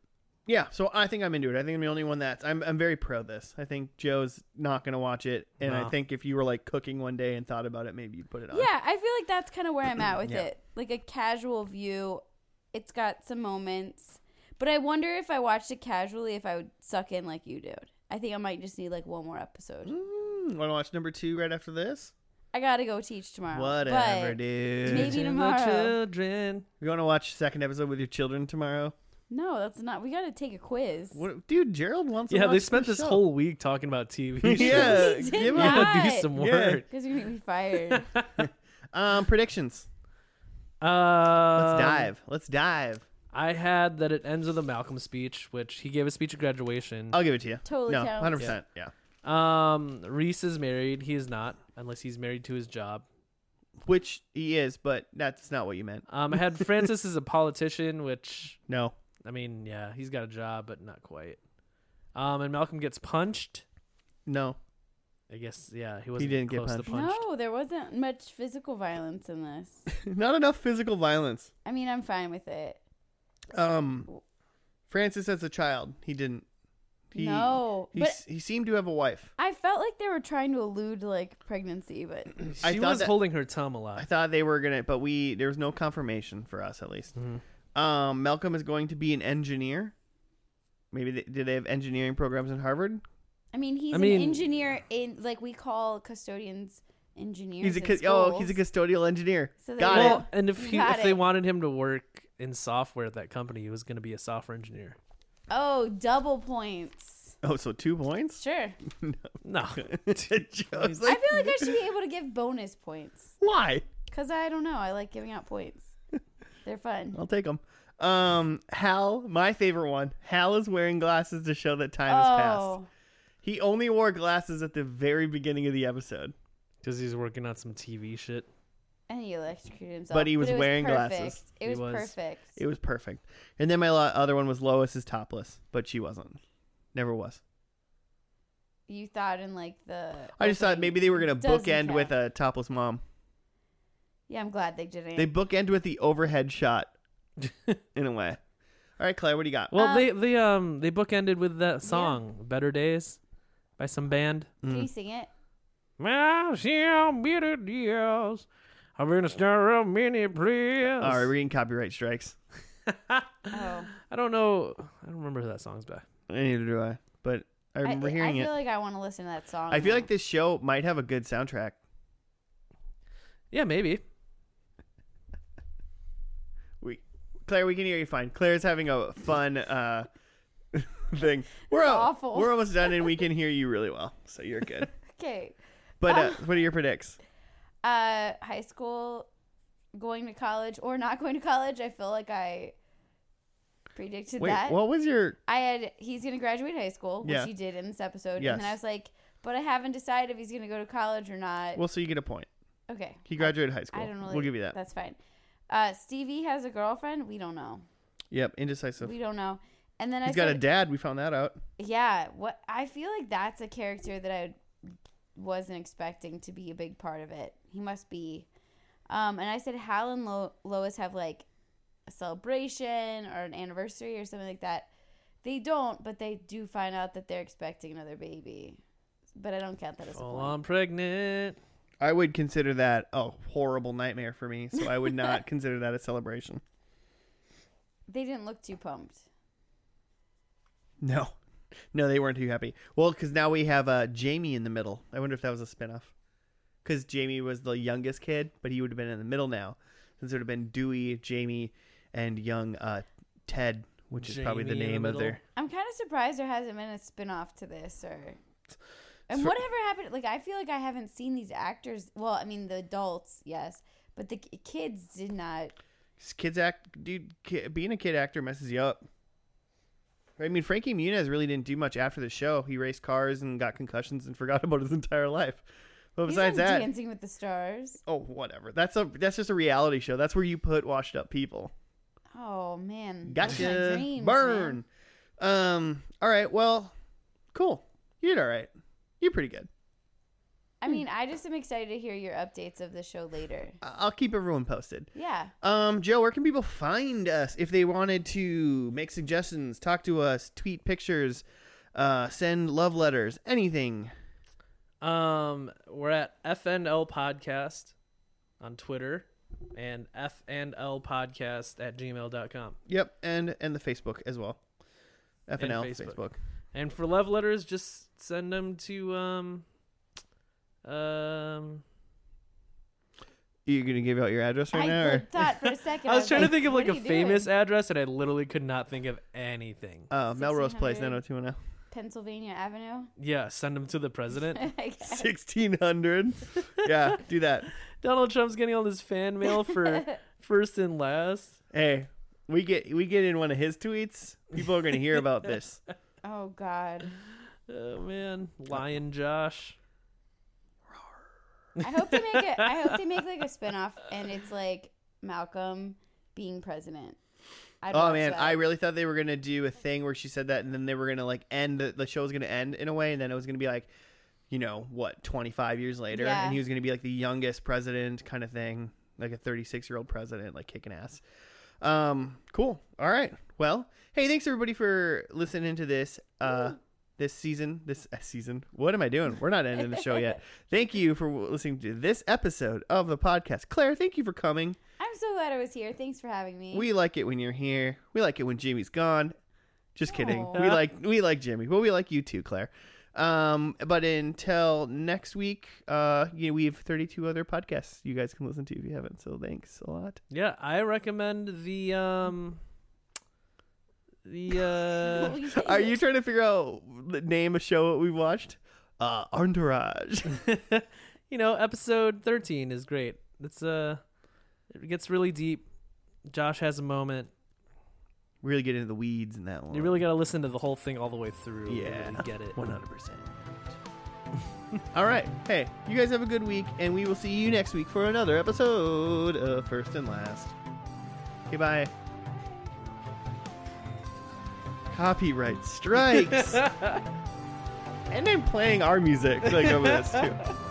Speaker 1: yeah. So I think I'm into it. I think I'm the only one that's. I'm I'm very pro this. I think Joe's not gonna watch it, and I
Speaker 2: No.
Speaker 1: think if you were like cooking one day and thought about it, maybe you'd put it on.
Speaker 3: Yeah, I feel like that's kind of where I'm at with
Speaker 1: Yeah.
Speaker 3: it. Like a casual view. It's got some moments, but I wonder if I watched it casually, if I would suck in like you did. I think I might just need like one more episode.
Speaker 1: Mm, want to watch number two right after this?
Speaker 3: I gotta go teach tomorrow.
Speaker 1: Whatever,
Speaker 3: but
Speaker 1: dude.
Speaker 3: Maybe
Speaker 2: Teaching the
Speaker 3: tomorrow.
Speaker 2: Children.
Speaker 1: You want to watch second episode with your children tomorrow?
Speaker 3: No, that's not. We gotta take a quiz.
Speaker 1: What, dude? Gerald wants. To
Speaker 2: yeah,
Speaker 1: watch
Speaker 2: they spent
Speaker 1: the
Speaker 2: this
Speaker 1: show.
Speaker 2: whole week talking about
Speaker 1: (laughs)
Speaker 2: TV. shows.
Speaker 1: yeah,
Speaker 3: (laughs) We did
Speaker 1: give him.
Speaker 2: I'm
Speaker 3: not.
Speaker 2: gonna do
Speaker 3: Right.
Speaker 2: some
Speaker 1: Yeah.
Speaker 2: work.
Speaker 3: You guys are gonna get me
Speaker 1: (laughs)
Speaker 3: fired.
Speaker 1: Um, predictions. Let's
Speaker 2: Um,
Speaker 1: dive. Let's dive.
Speaker 2: I had that it ends with a Malcolm speech, which he gave a speech at graduation.
Speaker 1: I'll give it to you.
Speaker 3: Totally
Speaker 1: No,
Speaker 3: counts.
Speaker 1: hundred percent. Yeah.
Speaker 2: Um, Reese is married. He is not, unless he's married to his job.
Speaker 1: Which he is, but that's not what you meant.
Speaker 2: Um,
Speaker 1: (laughs)
Speaker 2: I had Francis is a politician, which
Speaker 1: No.
Speaker 2: I mean, yeah, he's got a job, but not quite. Um, and Malcolm gets punched.
Speaker 1: No. (laughs)
Speaker 2: I guess, yeah, he wasn't
Speaker 1: didn't get
Speaker 2: close
Speaker 1: punched.
Speaker 2: to punched.
Speaker 3: No, there wasn't much physical violence in this.
Speaker 1: not enough physical violence.
Speaker 3: I mean, I'm fine with it.
Speaker 1: Um, Francis as a child, he didn't. He,
Speaker 3: No,
Speaker 1: he,
Speaker 3: but-
Speaker 1: s- he seemed to have a wife.
Speaker 3: I felt like they were trying to elude like pregnancy, but
Speaker 1: I
Speaker 2: She
Speaker 1: thought
Speaker 2: was
Speaker 1: that-
Speaker 2: holding her tum a
Speaker 1: I
Speaker 2: lot.
Speaker 1: thought they were gonna, but we there was no confirmation for us at least. Um, Malcolm is going to be an engineer. Maybe they, did they have engineering programs in Harvard?
Speaker 3: I mean, he's
Speaker 2: I mean-
Speaker 3: an engineer in like we call custodians engineers.
Speaker 1: He's a
Speaker 3: in
Speaker 1: cus- oh, he's a
Speaker 3: schools.
Speaker 1: custodial engineer.
Speaker 3: So they
Speaker 1: Got
Speaker 3: were-
Speaker 1: it.
Speaker 2: Well, and if he,
Speaker 3: Got
Speaker 2: if they
Speaker 3: it.
Speaker 2: wanted him to work in software at that company, he was going to be a software engineer.
Speaker 3: Oh, double points.
Speaker 1: Oh, so two points. (laughs)
Speaker 3: Sure.
Speaker 2: No,
Speaker 1: Joe's
Speaker 3: I
Speaker 1: like,
Speaker 3: feel like I
Speaker 1: (laughs)
Speaker 3: should be able to give bonus points
Speaker 1: why?
Speaker 3: because I don't know. I like giving out points.
Speaker 1: (laughs)
Speaker 3: They're fun.
Speaker 1: I'll take them. Um, Hal, my favorite one. Hal is wearing glasses to show that time has passed.
Speaker 3: Oh,
Speaker 1: He only wore glasses at the very beginning of the episode,
Speaker 2: because he's working on some TV shit.
Speaker 3: and he electrocuted himself.
Speaker 1: But he was
Speaker 3: it
Speaker 1: wearing
Speaker 3: perfect.
Speaker 1: glasses.
Speaker 3: It
Speaker 2: He
Speaker 3: was,
Speaker 2: was.
Speaker 3: perfect.
Speaker 1: it was perfect. And then my lo- other one was Lois is topless, but she wasn't. Never was.
Speaker 3: you thought in like the.
Speaker 1: I just thought
Speaker 3: opening
Speaker 1: maybe they were gonna
Speaker 3: doesn't
Speaker 1: bookend with
Speaker 3: count.
Speaker 1: a topless mom.
Speaker 3: Yeah, I'm glad they didn't.
Speaker 1: They bookend with the overhead shot, in a way. All right, Claire, what do you got?
Speaker 2: Well,
Speaker 3: Uh,
Speaker 2: they they um they bookended with that song "Better Days" by some band.
Speaker 1: Mm.
Speaker 3: Can you
Speaker 1: (gasps)
Speaker 3: sing it?
Speaker 2: Well, see how bitter deals. I've been a star of many players.
Speaker 1: All right, we're getting copyright strikes.
Speaker 3: Oh,
Speaker 2: I don't know. I don't remember who that song's by.
Speaker 1: Neither do I, but I
Speaker 3: I,
Speaker 1: remember hearing
Speaker 3: I
Speaker 1: it.
Speaker 3: feel like um, I want to listen to that song.
Speaker 1: I feel
Speaker 3: now.
Speaker 1: like this show might have a good soundtrack.
Speaker 2: Yeah, maybe.
Speaker 1: We, Claire, we can hear you fine. Claire's having a fun uh, (laughs) thing. We're
Speaker 3: That's
Speaker 1: al-
Speaker 3: awful.
Speaker 1: We're almost done, and we can hear you really well, so you're
Speaker 3: (laughs)
Speaker 1: good.
Speaker 3: okay.
Speaker 1: But uh,
Speaker 3: Um,
Speaker 1: what are your predicts?
Speaker 3: uh high school going to college or not going to college i feel like i (laughs) predicted
Speaker 1: Wait,
Speaker 3: that
Speaker 1: what was your?
Speaker 3: i had he's gonna graduate high school which
Speaker 1: Yeah.
Speaker 3: he did in this episode
Speaker 1: Yes.
Speaker 3: and then i was like but i haven't decided if he's gonna go to college or not
Speaker 1: Well, so you get a point.
Speaker 3: okay
Speaker 1: He graduated high school.
Speaker 3: i don't really
Speaker 1: We'll give you that.
Speaker 3: that's fine uh stevie has a girlfriend we don't know
Speaker 1: Yep, indecisive.
Speaker 3: we don't know and then
Speaker 1: He's
Speaker 3: i
Speaker 1: got a
Speaker 3: said,
Speaker 1: dad. We found that out.
Speaker 3: yeah what i feel like that's a character that i wasn't expecting to be a big part of it he must be um and i said hal and Lo- lois have like a celebration or an anniversary or something like that they don't but they do find out that they're expecting another baby but i don't count that as a
Speaker 2: Full
Speaker 3: point
Speaker 2: on pregnant.
Speaker 1: I would consider that a horrible nightmare for me, so I would
Speaker 3: (laughs)
Speaker 1: not consider that a celebration.
Speaker 3: they didn't look too pumped
Speaker 1: No. No, they weren't too happy. Well, because now we have uh, Jamie in the middle. I wonder if that was a spinoff. Because Jamie was the youngest kid, but he would have been in the middle now. Since it would have been Dewey, Jamie, and young uh, Ted, which is probably the
Speaker 2: Jamie in the
Speaker 1: name of
Speaker 2: middle.
Speaker 1: their.
Speaker 3: i'm kind of surprised there hasn't been a spin-off to this or and
Speaker 1: So-
Speaker 3: whatever happened like i feel like i haven't seen these actors well i mean the adults yes but the k- kids did not
Speaker 1: Kids act. Dude, ki being a kid actor messes you up. I mean, Frankie Muniz really didn't do much after the show. He raced cars and got concussions and (laughs) forgot about his entire life. But
Speaker 3: He's
Speaker 1: besides
Speaker 3: on
Speaker 1: that,
Speaker 3: dancing with the stars
Speaker 1: oh whatever. That's a that's just a reality show. That's where you put washed up people.
Speaker 3: Oh man. That's my
Speaker 1: Gotcha.
Speaker 3: dreams,
Speaker 1: Burn.
Speaker 3: man.
Speaker 1: Um. All right. Well. Cool. You did all right. You're pretty good.
Speaker 3: I mean, I just am excited to hear your updates of the show later.
Speaker 1: I- I'll keep everyone posted.
Speaker 3: Yeah.
Speaker 1: Um, Joe, where can people find us if they wanted to make suggestions, talk to us, tweet pictures, uh, send love letters, anything?
Speaker 2: Um, we're at FNL Podcast on Twitter and FNL Podcast at gmail.com.
Speaker 1: Yep, and and the Facebook as well. FNL
Speaker 2: Facebook.
Speaker 1: Facebook.
Speaker 2: And for love letters, just send them to um um.
Speaker 1: Are you gonna give out your address right
Speaker 3: I
Speaker 1: now? or-
Speaker 3: th- thought for a second.
Speaker 2: (laughs) I was trying to think of
Speaker 3: what
Speaker 2: like a
Speaker 3: are you
Speaker 2: famous
Speaker 3: doing?
Speaker 2: address, and I literally could not think of anything.
Speaker 1: Uh, Melrose Place,
Speaker 3: 1600.
Speaker 1: 90210.
Speaker 3: Pennsylvania Avenue. (laughs)
Speaker 2: Yeah, send them to the president.
Speaker 3: I guess.
Speaker 1: 1600. yeah, do that.
Speaker 2: Donald Trump's getting all this fan mail for
Speaker 3: (laughs)
Speaker 2: first and last.
Speaker 1: Hey, we get we get in one of his tweets. People are going to hear about this.
Speaker 3: Oh God.
Speaker 2: Oh man, Lion Josh.
Speaker 3: I hope they make it. I hope they make like a spinoff, and it's like Malcolm being president. I'd
Speaker 1: Oh
Speaker 3: watch
Speaker 1: man,
Speaker 3: that.
Speaker 1: I really thought they were going to do a thing where she said that, and then they were going to like end the, the show was going to end in a way, and then it was going to be like, you know, what twenty five years later,
Speaker 3: Yeah.
Speaker 1: and he was going to be like the youngest president kind of thing, like a thirty six year old president, like kicking ass. Um, cool. All right. Well, hey, thanks everybody for listening to this. Uh, this season. This uh, season. What am I doing? We're not ending the show
Speaker 3: (laughs)
Speaker 1: yet. Thank you for w- listening to this episode of the podcast. Claire, thank you for coming.
Speaker 4: I'm so glad I was here. Thanks for having me.
Speaker 1: We like it when you're here. We like it when Jimmy's gone. Just kidding.
Speaker 4: Aw.
Speaker 1: We like we like Jimmy, but we like you too, Claire. Um, but until next week, uh, you know, we have 32 other podcasts you guys can listen to if you haven't. So thanks a lot.
Speaker 2: Yeah, I recommend the um the uh
Speaker 1: Are you trying to figure out the name of show we watched? Uh, Entourage. (laughs)
Speaker 2: uh, (laughs) you know, episode 13 is great. It's uh it gets really deep. Josh has a moment.
Speaker 1: really get into the weeds in that one.
Speaker 2: You really got to listen to the whole thing all the way through
Speaker 1: Yeah.
Speaker 2: to really get it.
Speaker 1: 100%. (laughs) All right. Hey, you guys have a good week, and we will see you next week for another episode of First and Last. Okay, bye. Copyright strikes. and I'm playing our music like over this, too.